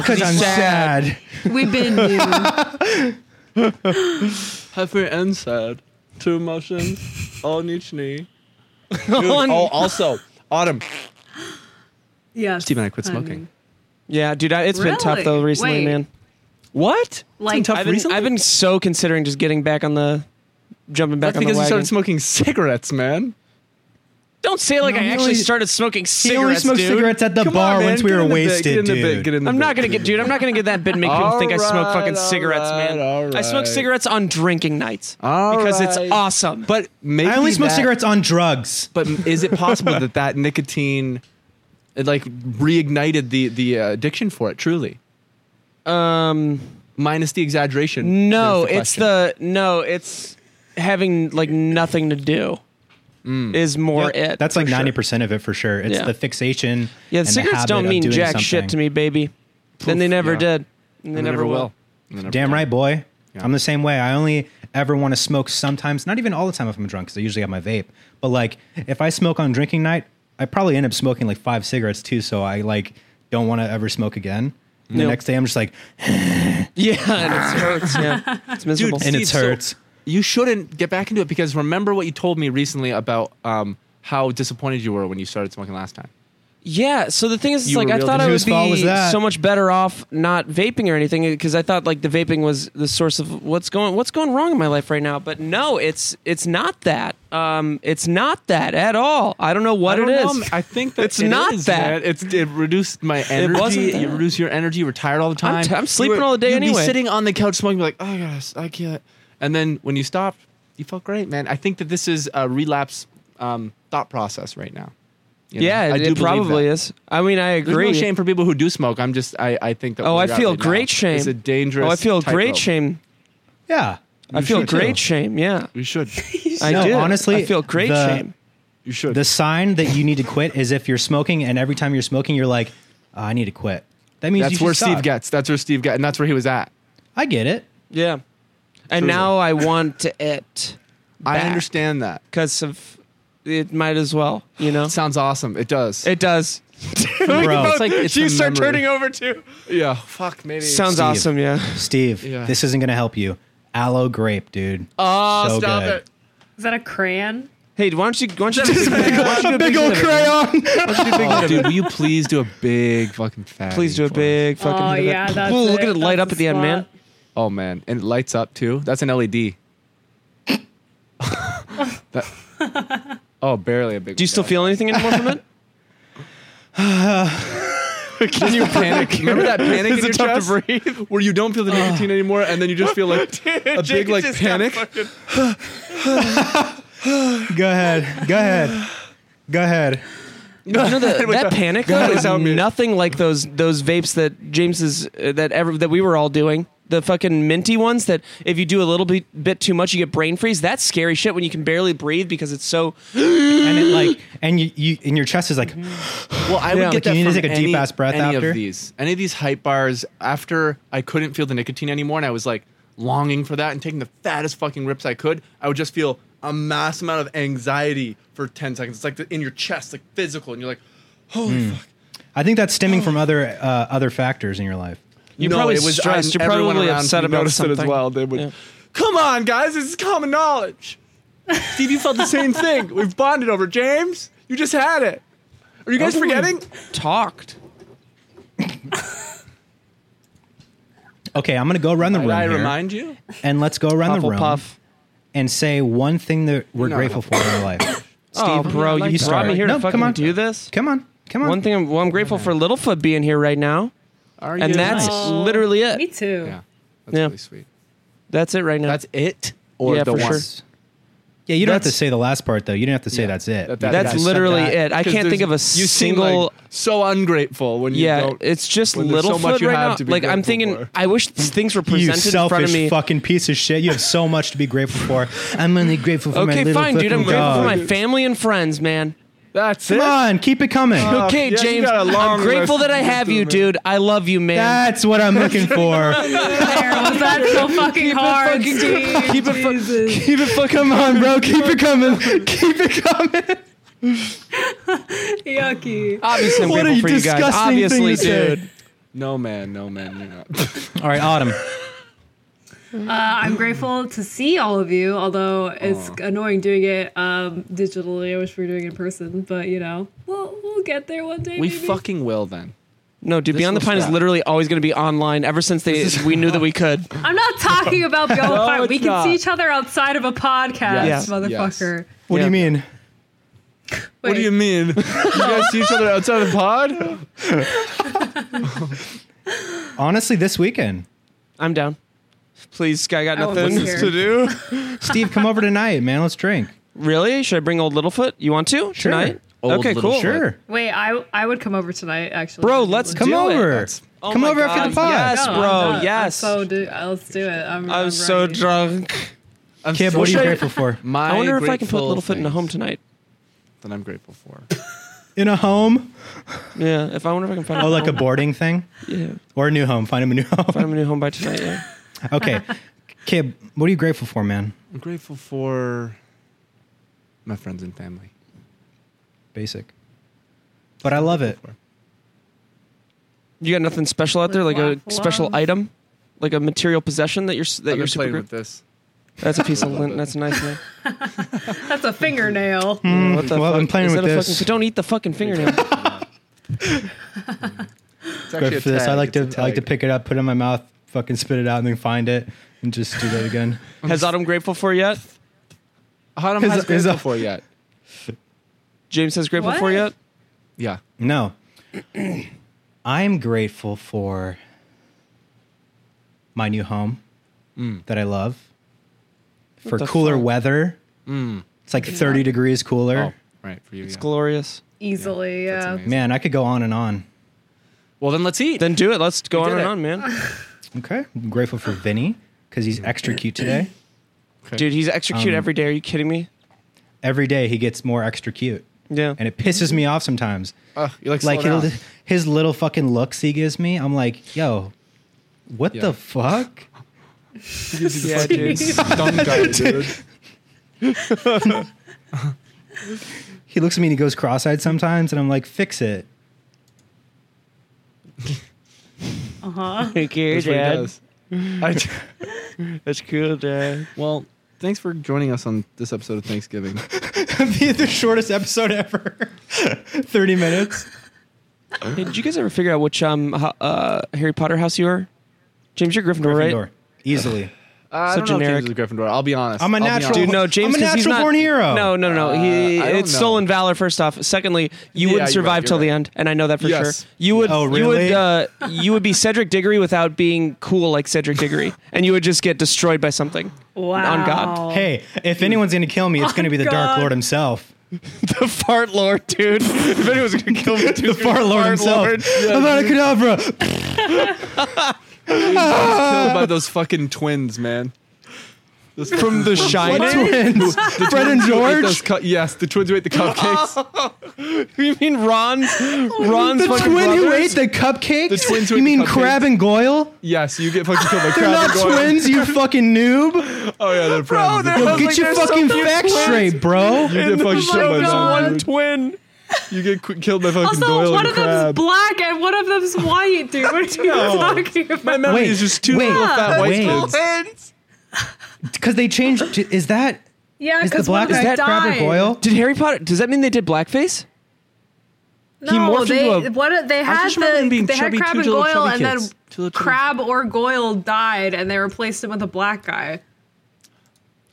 B: Because I'm sad.
E: We've been new.
J: Happy and sad. Two emotions on each knee.
C: On-
J: oh, also, Autumn.
E: yeah.
J: Steve and I quit smoking.
C: Yeah, dude, I, it's been tough
E: Really?
C: though recently,
E: Wait.
C: man. What?
E: Like,
J: tough
C: I've been,
J: recently?
C: I've been so considering just getting back on the, jumping back
J: That's
C: on the
J: because you
C: wagon.
J: started smoking cigarettes, man.
C: Don't say like
B: No,
C: I
B: he
C: actually
B: only-
C: started smoking
B: He only
C: cigarettes, dude.
B: smoked cigarettes at the
J: Come
B: bar
J: on, man.
B: once we
J: Get
B: were
J: in the bit, get
B: wasted,
J: in the bit,
B: dude.
J: get in the
C: I'm not
J: bit.
C: gonna get, dude. I'm not gonna get that bit and make people think I smoke
J: Alright,
C: fucking cigarettes, man.
J: alright,
C: I smoke
J: alright.
C: cigarettes on drinking nights because
J: Alright.
C: it's awesome. But
J: But maybe
B: I only smoke
J: that-
B: cigarettes on drugs.
J: But is it possible that that nicotine, it like reignited the the uh, addiction for it? Truly,
C: um,
J: minus the exaggeration.
C: no,
J: there's
C: it's
J: question.
C: the no, it's having like nothing to do is more it.
B: Mm. That's like
C: for sure.
B: 90% of it for sure. It's
C: Yeah.
B: the fixation.
C: Yeah,
B: and
C: the
B: the
C: cigarettes
B: habit
C: don't
B: of
C: mean
B: doing
C: jack
B: something.
C: shit to me, baby. Then they never
J: yeah.
C: did. And they, never, will.
B: Damn right, boy. I'm the same way. I only ever want to smoke sometimes, not even all the time if I'm drunk, because I usually have my vape. But like, if I smoke on drinking night, I probably end up smoking like five cigarettes too. So I like don't want to ever smoke again. And The
C: Nope.
B: next day, I'm just like,
C: Yeah, and it hurts. Yeah, it's miserable.
B: and it
J: Steve, so-
B: hurts.
J: you shouldn't get back into it because remember what you told me recently about um, how disappointed you were when you started smoking last time.
C: Yeah. So the thing is, it's
J: You
C: like
J: were
C: I
J: real
C: thought I
B: disease.
C: would
B: Whose fault
C: be
B: was that?
C: so much better off not vaping or anything because I thought like the vaping was the source of what's going what's going wrong in my life right now. But no, it's it's not that. Um, it's not that at all. I don't know what
J: I
C: it
J: don't
C: is.
J: know, I think that
C: It's
J: it
C: not
J: is,
C: that.
J: man. It's it reduced my energy.
C: wasn't
J: You
C: that.
J: reduce your energy. You were tired all the time.
C: I'm t- I'm
J: You
C: sleeping all the day
J: you'd
C: anyway.
J: Be sitting on the couch smoking, be like, oh yes, I can't. And then when you stopped, you felt great, man. I think that this is a relapse um, thought process right now. You know?
C: yeah,
J: I
C: it,
J: do
C: it
J: believe
C: probably
J: that.
C: is. I mean, I
J: There's
C: agree.
J: no shame for people who do smoke. I'm just, I, I think that.
C: Oh,
J: where
C: I
J: you're at
C: feel
J: right now
C: great shame.
J: It's a dangerous.
C: Oh, I feel great
J: tightrope.
C: shame.
B: Yeah.
C: I
B: You
C: feel
B: should, too.
C: great shame. Yeah,
J: You should.
C: I
B: No,
C: do.
B: honestly,
C: I feel great
B: the-
C: shame.
J: You should.
B: The sign that you need to quit is if you're smoking, and every time you're smoking, you're like, "Oh, I need to quit. That means you
J: that's
B: should
J: where Steve
B: stop.
J: gets. That's where Steve got, and that's where he was at.
B: I get it.
C: Yeah. And
J: Truly.
C: now I want to it
J: I understand that.
C: because of it. Might as well, you know.
J: It sounds awesome. It does.
C: It does.
B: Bro,
J: like it's the memory.
C: over too.
J: yeah. Fuck. Maybe.
C: Sounds
B: Steve.
C: awesome, yeah.
B: Steve,
J: Yeah.
B: this isn't gonna help you. Aloe grape, dude.
J: Oh,
B: So
J: stop
B: good.
J: it.
E: Is that a crayon?
C: Hey, why don't you why don't you just why don't you do a
B: Big
C: big
B: old
C: hit of it?
B: crayon.
J: Oh, dude, will you please do a big fucking fat?
C: Please do a big fucking.
E: Oh,
C: hit of it.
E: yeah, that's
C: Ooh, look at
E: it.
C: it light
E: That's
C: up
E: the
C: at the end, man.
E: spot.
J: Oh man, and it lights up too. That's an E LED. That- oh, barely a big.
C: Do you still feel anything anymore from it?
J: Can you panic? Remember that panic in your chest
C: breathe?
J: where you don't feel the nicotine anymore, and then you just feel like a big like panic.
B: Go ahead. Go ahead. Go ahead.
C: you know the, that panic though
J: God,
C: is
J: help me.
C: nothing like those those vapes that James's uh, that ever that we were all doing the fucking minty ones that if you do a little bit, bit too much, you get brain freeze. That's scary shit when you can barely breathe because it's so.
B: and it like and you, you and your chest is like
J: Well, I would
C: Yeah. Like,
J: get
B: you
J: that
B: need to
J: from
B: take a
J: any-
B: deep-ass breath
J: any
B: after.
J: of these. Any of these hype bars. After I couldn't feel the nicotine anymore, and I was like longing for that and taking the fattest fucking rips I could, I would just feel a mass amount of anxiety for ten seconds. It's like the, in your chest, like physical, and you're like, holy fuck.
B: I think that's stemming from other uh, other factors in your life.
C: You're probably stressed. You're
J: everyone
C: probably
J: around
C: upset
J: me
C: about
J: noticed it
C: something.
J: as well. They would,
C: Yeah.
J: come on, guys, this is common knowledge. Steve, you felt the same thing. We've bonded over James. You just had it. Are you guys
C: Oh.
J: forgetting?
C: talked.
B: Okay, I'm gonna go around the room
J: Did I
B: here,
J: remind you?
B: and let's go around the room
C: Hufflepuff.
B: and say one thing that we're grateful for in our life.
C: Oh, bro,
B: you
C: you brought
B: start.
C: me here
B: No,
C: to
B: come
C: fucking
B: on.
C: do this.
B: Come on, come on.
C: One thing, I'm, well, I'm grateful for Littlefoot being here right now,
J: Are
C: and that's
E: Nice.
C: literally it.
E: Oh, Me too.
J: yeah, that's
C: Yeah.
J: really sweet.
C: That's it right now.
J: That's it, or
C: Yeah,
J: the
C: for
J: one.
C: sure.
B: Yeah, you don't have to
C: That's-
B: say the last part though. You don't have to say that's it.
J: That- that-
C: That's
J: that-
C: literally
J: that-
C: it. I
J: 'cause
C: can't think of a
J: there's- you seem, like,
C: single.
J: so ungrateful when you
C: yeah,
J: don't.
C: it's just
J: when there's so
C: Littlefoot
J: much you
C: right
J: have
C: now.
J: to be
C: Like I'm
J: grateful
C: thinking,
J: for.
C: I wish these things were
B: you
C: presented in front of
B: selfish
C: me.
B: fucking piece of shit. You have so much to be grateful for. I'm only grateful for my
C: okay,
B: little
C: fine, dude. I'm
B: fucking
C: grateful
B: dog.
C: for my family and friends, man.
J: that's
B: Come
J: it.
B: on, keep it coming.
C: Okay,
J: Oh, yeah, you
C: James.
J: got a long
C: I'm grateful
J: list
C: that I
J: to
C: have
J: do,
C: you,
J: man.
C: dude. I love you, man.
B: That's what I'm looking for.
E: There, was that so fucking hard,
C: fucking-
E: Steve?
C: keep it fu-
E: Jesus.
B: keep it fucking come on, bro. Keep it coming. Keep it coming.
E: Yucky.
C: Obviously, I'm
B: What a
C: grateful for you guys.
B: disgusting thing
C: Obviously,
B: to say.
C: dude.
J: No man, no man, you're not.
B: All right, Autumn.
E: Uh, I'm grateful to see all of you, although it's annoying doing it um, digitally. I wish we were doing it in person, but you know, we'll, we'll get there one day.
J: we
E: maybe.
J: fucking will then.
C: No, dude.
J: This
C: Beyond the
J: will
C: Pine is
J: stop.
C: literally always going to be online ever since they we knew that we could.
E: I'm not talking about Beyond the Fire.
J: it's
E: We can
J: not.
E: see each other outside of a podcast,
J: Yes,
E: motherfucker.
J: yes.
B: What do
C: Yeah.
B: you mean?
J: What do
E: Wait.
J: you mean? you guys see each other outside the pod?
B: Honestly, this weekend,
C: I'm down. Please, Sky got
E: I won't be
C: nothing
E: here.
C: to do.
B: Steve, come over tonight, man. Let's drink.
C: Really? Should I bring old Littlefoot? You want
B: Sure.
C: to tonight?
J: Old
C: okay,
J: Little-
C: cool.
B: Sure,
E: Wait, I I would come over tonight, actually.
C: Bro, let's
B: come
C: Do it.
B: over.
C: That's- Oh
B: come
C: my
B: over after
C: God,
B: the pod.
C: yes.
E: I'm
C: bro,
E: done.
C: yes.
E: I'm so do, uh, let's do it. I'm,
C: I'm
E: I'm
C: so
E: ready.
C: drunk.
J: I'm
B: Kib,
J: so
B: what are you
J: sure-
B: grateful for?
J: My
C: I wonder if I can put
J: grateful
C: Littlefoot in a
J: things
C: home tonight.
J: That I'm grateful for.
B: In a home?
C: Yeah, if I wonder if I can find.
B: Oh,
C: him
B: like a
C: home.
B: boarding thing?
C: Yeah,
B: Or a new home? Find him a new home.
C: find him a new home by tonight. Yeah.
B: Okay, Kib, what are you grateful for, man?
J: I'm grateful for my friends and family.
B: Basic, but I love it.
C: You got nothing special out there, like a
E: Waffle
C: special
E: House.
C: item, like a material possession that you're s- that
J: I've
C: you're
J: been
C: super.
J: playing
C: gra-
J: with this.
C: That's a piece of lint. That's a nice one.
E: That's a fingernail.
C: What the
B: well, I've
C: fuck?
B: been playing
C: Is
B: with
C: that a
B: this.
C: Fucking, don't eat the fucking fingernail.
J: It's
B: Good
J: actually a
B: for this. I
J: tag.
B: like to
J: It's a
B: I like to
J: tag.
B: pick it up, put it in my mouth, fucking spit it out, and then find it, and just do that again.
C: Has Autumn grateful for yet?
J: How am
B: Is-
J: I
B: is
J: grateful
B: a-
J: for yet?
C: James has grateful
E: What?
C: for yet.
J: Yeah.
B: No. I'm grateful for my new home that I love, for
C: Mm. the
B: cooler
C: fuck? Mm.
B: weather. It's like 30 degrees
J: Oh,
B: cooler.
J: right for you.
C: It's
J: yeah.
C: glorious.
E: Easily,
J: That's
E: yeah.
J: amazing.
B: Man, I could go on and on.
J: Well, then let's eat.
C: Then do it. Let's go on
J: We did
C: and
J: it.
C: on, man.
B: Okay. I'm grateful for Vinny because he's extra cute today.
C: Dude, he's extra cute
B: Um,
C: every day. Are you kidding me?
B: Every day he gets more extra cute.
C: Yeah.
B: And it pisses me off sometimes.
J: Ugh, you like,
B: like
J: slow down.
B: he'll, his little fucking looks he gives me, I'm like, yo, what
J: Yeah.
B: the fuck?
C: yeah, dude.
J: Dumb guy, dude.
B: He looks at me and he goes cross-eyed sometimes, and I'm like, fix it.
C: Who cares,
J: That's what he
C: Dad?
J: does. I-
C: That's cool, Dad.
J: Well, thanks for joining us on this episode of Thanksgiving.
B: be the shortest episode ever. 30 minutes.
C: Hey, did you guys ever figure out which um ho- uh Harry Potter house you are? James, you're Gryffindor, right?
B: Gryffindor. Easily.
J: I
C: So
J: don't know if
C: generic.
J: James is a Gryffindor. I'll be honest.
B: I'm a
J: I'll be
B: natural.
J: honest.
C: Dude, no, James.
B: I'm a
C: 'cause he's
B: natural
C: not,
B: born hero.
C: No, no, no. He,
J: Uh, I don't
C: it's
J: know.
C: stolen valor. First off, secondly, you
J: Yeah,
C: wouldn't
J: you're right,
C: survive
J: you're
C: till the
J: right.
C: end, and I know that for
J: Yes.
C: sure. You would.
B: Oh,
C: You would.
B: really?
C: Uh, you would be Cedric Diggory without being cool like Cedric Diggory, and you would just get destroyed by something.
E: Wow.
C: On God.
B: Hey, if anyone's going to kill me, it's going to be the Dark
E: Oh. God.
B: Lord himself.
C: the fart lord, dude. if anyone's gonna kill me,
B: The Fart Lord himself. Avada Kedavra.
A: Killed by those fucking twins, man. Those from The Shining.
B: Twins. Fred and
A: Who ate
B: George.
A: those cu- yes, the twins who ate the cupcakes.
C: you mean Ron's Ron's
B: Oh, The
C: fucking
B: twin who
C: brothers?
B: ate the cupcakes.
A: The twins who
B: you
A: ate the
B: mean
A: cupcakes.
B: Crab and Goyle?
A: yes, you get fucking killed by
B: They're
A: crab
B: not twins, you fucking noob.
A: Oh yeah, they're friends.
C: they're- I
B: Yo, get
C: was like,
B: your
C: there's
B: fucking
C: something
B: facts
C: twins.
B: straight, bro.
A: you get fucking
E: Oh
A: killed
E: my
A: by
E: God.
A: them.
C: One twin.
A: You get qu- killed by fucking
E: Also,
A: Doyle
E: one
A: and
E: of
A: crab.
E: them's black and one of them's white, dude. What are you talking about?
A: My memory
B: Wait,
A: is just two
B: wait,
A: little fat white
B: wait.
A: kids.
B: Because they changed. to- Is that
E: yeah,
B: is the
E: because one
B: black
E: of them
B: is that
E: died.
B: Crab or Goyle?
C: Did Harry Potter? Does that mean they did blackface?
E: No,
C: morphed
E: they,
C: into a-
E: what, they had
C: just remember him
E: the
C: being
E: they
C: chubby,
E: had Crab
C: two
E: and
C: little
E: Goyle,
C: chubby
E: and then
C: kids. Two little chubby-
E: Crab or Goyle died, and they replaced him with a black guy.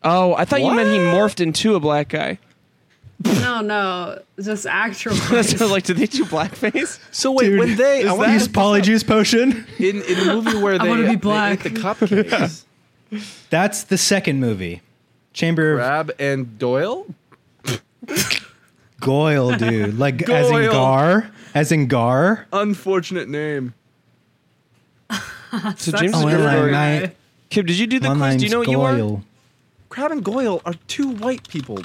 C: Oh, I thought you meant he morphed into a black guy.
E: No, no, just actual.
C: That's what I was like, did they do blackface?
A: So wait,
B: Dude,
A: when they is
B: Use polyjuice potion.
A: that in, in the movie where they,
E: wanna be
A: they
E: black.
A: ate the cupcakes,
B: That's the second movie. Chamber of
A: Crab and Doyle.
B: Goyle, dude. Like as in
A: Goyle.
B: Gar, as in Gar.
A: Unfortunate name.
C: So
E: That's
C: James is
E: a
B: Oh,
C: great.
E: good
B: Elaine
E: story.
B: Knight.
C: Kim, did you do the
B: One
C: quiz?
B: line's
C: Do you know what you are?
B: Goyle.
A: Crab and Goyle are two white people.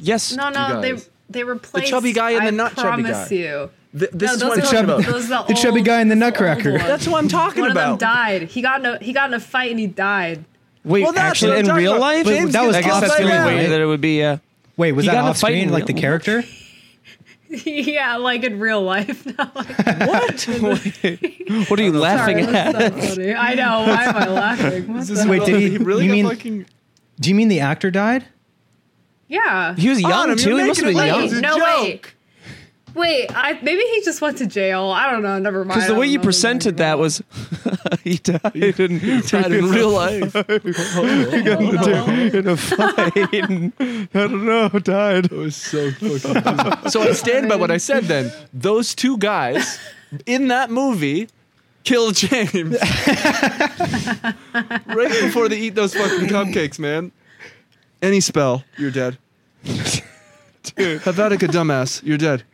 C: Yes.
E: No, no, they
A: guys.
E: they replaced
A: chubby guy and the
E: I
A: not chubby guy.
E: promise you.
A: Th- this
E: No,
A: is
E: those
A: what I'm
E: are
A: talking
E: the-
A: about.
E: those are
B: The chubby
E: old-
B: guy and the
E: those are
B: Nutcracker.
E: old ones.
A: That's what I'm talking
E: One of them
A: about.
E: died. He got in a, he got in a fight and he died.
C: Wait,
A: Well, that's
C: actually,
A: what I'm
C: in
A: talking
C: real
A: about.
C: life,
A: But
B: that was
C: I guess that's the
B: offscreen,
C: only way
B: right?
C: that it would be. Uh,
B: Wait, was
C: He
B: that
C: got in a
B: off
C: fight in
B: screen? Like
C: real
B: the
C: life.
B: character?
E: yeah, like in real life. Now, like,
C: what are you laughing
E: sorry,
C: at?
E: that's so funny. I know. Why am I laughing? What the-
B: Wait, did he,
A: Oh, really
B: you
A: got
B: mean?
A: fucking
B: Do you mean the actor died?
E: yeah.
C: He was young
A: Autumn,
C: too.
A: you're
C: He must have
A: making
C: been
A: it
C: young.
A: was a
E: no wait.
A: joke.
E: Wait, I maybe he just went to jail. I don't know. Never mind.
C: Because the
E: I
C: way
E: don't
C: you
E: know.
C: presented that was, he died in, died in real life. in a fight. I don't know. Died.
A: It was so fucking. so I stand by what I said. Then those two guys in that movie kill James right before they eat those fucking cupcakes, man. Any spell, you're dead. Dude. Havatica dumbass, you're dead.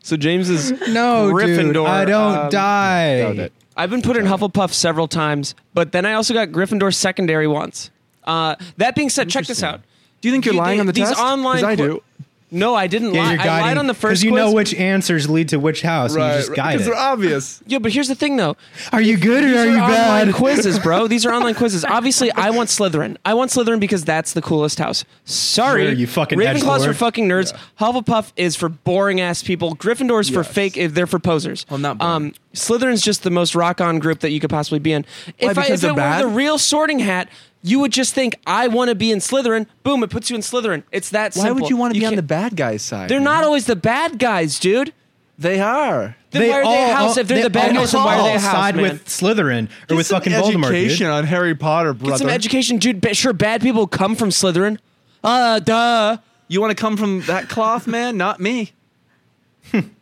C: So James is.
B: No, dude.
C: Gryffindor,
B: I don't
C: um,
B: die.
C: I've been put in Hufflepuff several times, but then I also got Gryffindor secondary once. Uh, that being said, check this out.
A: Do you think you're
C: You-
A: lying
C: they-
A: on the
C: these
A: test?
C: online
A: 'Cause I
C: qu-
A: do.
C: No, I didn't
B: Yeah,
C: lie.
B: you're guiding
C: I lied on the first.
B: because you know
C: quiz.
B: which answers lead to which house, and you just guide
A: Because
B: it.
A: they're obvious.
C: Yeah, but here's the thing, though.
B: Are you good or are you
C: These are online
B: bad?
C: quizzes, bro. These are online quizzes. Obviously, I want Slytherin. I want Slytherin because that's the coolest house. Sorry,
B: Sure, you fucking
C: Ravenclaw's for
B: edgelord.
C: fucking nerds. Hufflepuff is for boring ass people. Gryffindor's for
A: Yes.
C: fake. If they're for posers.
A: Well, not boring.
C: um, Slytherin's just the most rock on group that you could possibly be in. If, I,
A: because
C: if
A: they're
C: it
A: bad?
C: were the real Sorting Hat, you would just think I want to be in Slytherin. Boom, it puts you in Slytherin. It's that
A: Why
C: simple.
A: would you want to be on
C: can't-
A: the bad guys' side?
C: They're
A: man?
C: not always the bad guys, dude.
A: They are.
C: Then
B: They
C: why are they a
B: all-
C: house if they're
B: they
C: the bad
B: all
C: guys? Then why are they a house,
B: side
C: man?
B: with Slytherin or with
A: Some
B: fucking
A: education
B: Voldemort? Dude.
A: on Harry Potter, brother.
C: Get some education, dude. Ba- Sure, bad people come from Slytherin. Uh, duh.
A: You want to come from that cloth, man? Not me.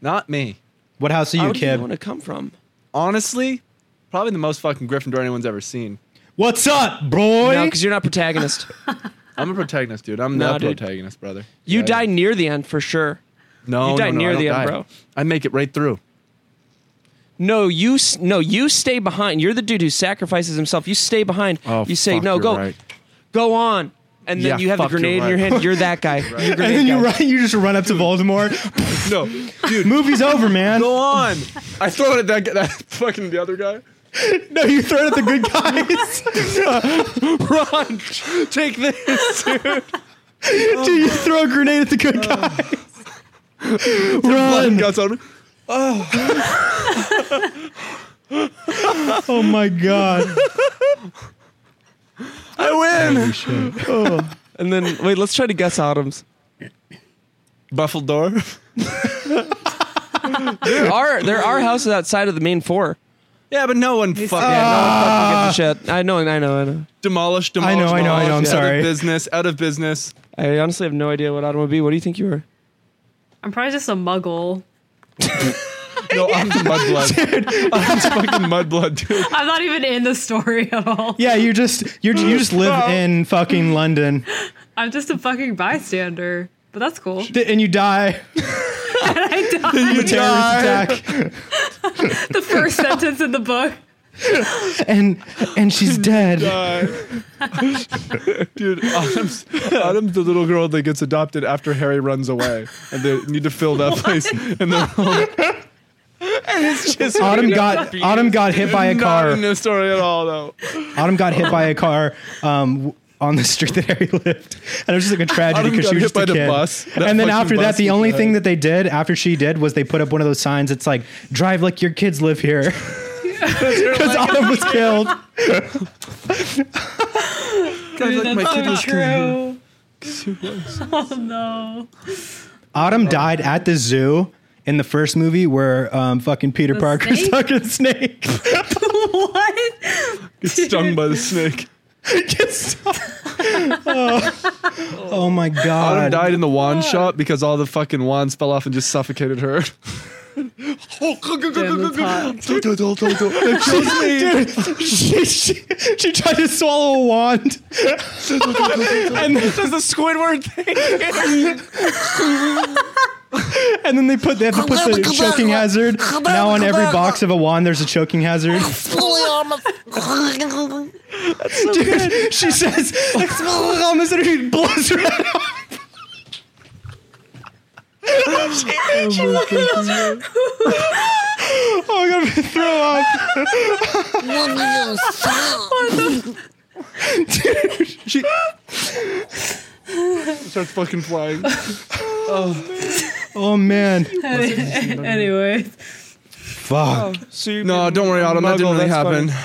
A: Not me.
B: What house are
C: How
B: you,
C: do you
B: kid?
C: want to come from?
A: Honestly, probably the most fucking Gryffindor anyone's ever seen.
B: What's up,
C: No,
B: boy?
C: because you're not protagonist.
A: I'm a protagonist, dude. I'm
C: Nah,
A: the
C: dude.
A: protagonist, brother.
C: You
A: Yeah,
C: die
A: yeah.
C: near the end for sure.
A: No,
C: you die
A: no, no,
C: near
A: I don't
C: the end,
A: die.
C: bro.
A: I make it right through.
C: No, you s- no, you stay behind. You're the dude who sacrifices himself. You stay behind.
B: Oh,
C: you say no, go, go on, and then
A: Yeah,
C: you have the
A: fuck, you're
C: grenade in your
A: right.
C: hand. You're that guy. You're
B: and
C: grenade
B: then you
C: guy.
B: run, you just run up to Voldemort.
A: No, dude,
B: Movie's over, man.
A: go on. I throw it at that, guy, that fucking the other guy.
B: No, you throw it at the good guys.
C: Run, take this.
B: Dude, you throw a grenade at the good guys.
A: Blood and
B: Run!
A: guts on me.
B: Oh my god.
A: I win.
C: And then wait, let's try to guess Autumn's.
A: Buffledore.
C: There are there are houses outside of the main four.
A: Yeah, but no one fucking
B: Uh.
C: I get the shit. I know, I know, I know.
A: demolished,
B: I
A: demolished.
B: know, I know, I know, I'm
A: demolished, Out
B: sorry.
A: of business, out of business.
C: I honestly have no idea what Autumn would be. What do you think you were?
E: I'm probably just a muggle.
A: No, I'm the mudblood. I'm the fucking mudblood, dude.
E: I'm not even in the story at all.
B: Yeah, you just you're, you just live in fucking London
E: I'm just a fucking bystander. But that's cool.
B: and you die.
E: I died.
B: Terrorist attack.
E: the first sentence in the book.
B: and and she's dead.
A: Dude, Autumn's, Autumn's the little girl that gets adopted after Harry runs away, and they need to fill that place. And they're
B: Autumn got Autumn got hit by a
A: not in
B: car.
A: this story at all, though.
B: Autumn got hit by a car. Um, w- on the street that Harry lived, and it was just like a tragedy
A: Autumn
B: because
A: got
B: she was
A: hit
B: just a
A: by the
B: kid.
A: bus. That
B: and then
A: fucking
B: after that,
A: bus
B: the
A: was
B: only
A: bad.
B: thing that they did after she did was they put up one of those signs. It's like drive like your kids live here, because Autumn
E: "Oh
B: was killed.
E: That's so true. Oh no.
B: Autumn died at the zoo in the first movie where um, fucking Peter
E: The
B: Parker
E: snake?
B: stuck a snake.
E: what?
A: Gets stung by the snake.
B: Just- oh. oh my
A: Autumn
B: god!
A: died in the wand shop because all the fucking wands fell off and just suffocated her.
E: Damn, that's hot.
B: Dude, she, she, she tried to swallow a wand, and then,
C: That's the Squidward thing.
B: and then they put they have to put the choking hazard. Now on every box of a wand, there's a choking hazard. Dude, she says, "Almost," and she blows her head off. Oh, I'm gonna throw up.
A: She starts fucking flying.
B: Oh man.
E: Anyways.
B: Fuck.
A: No, don't worry, Autumn. That didn't really happen.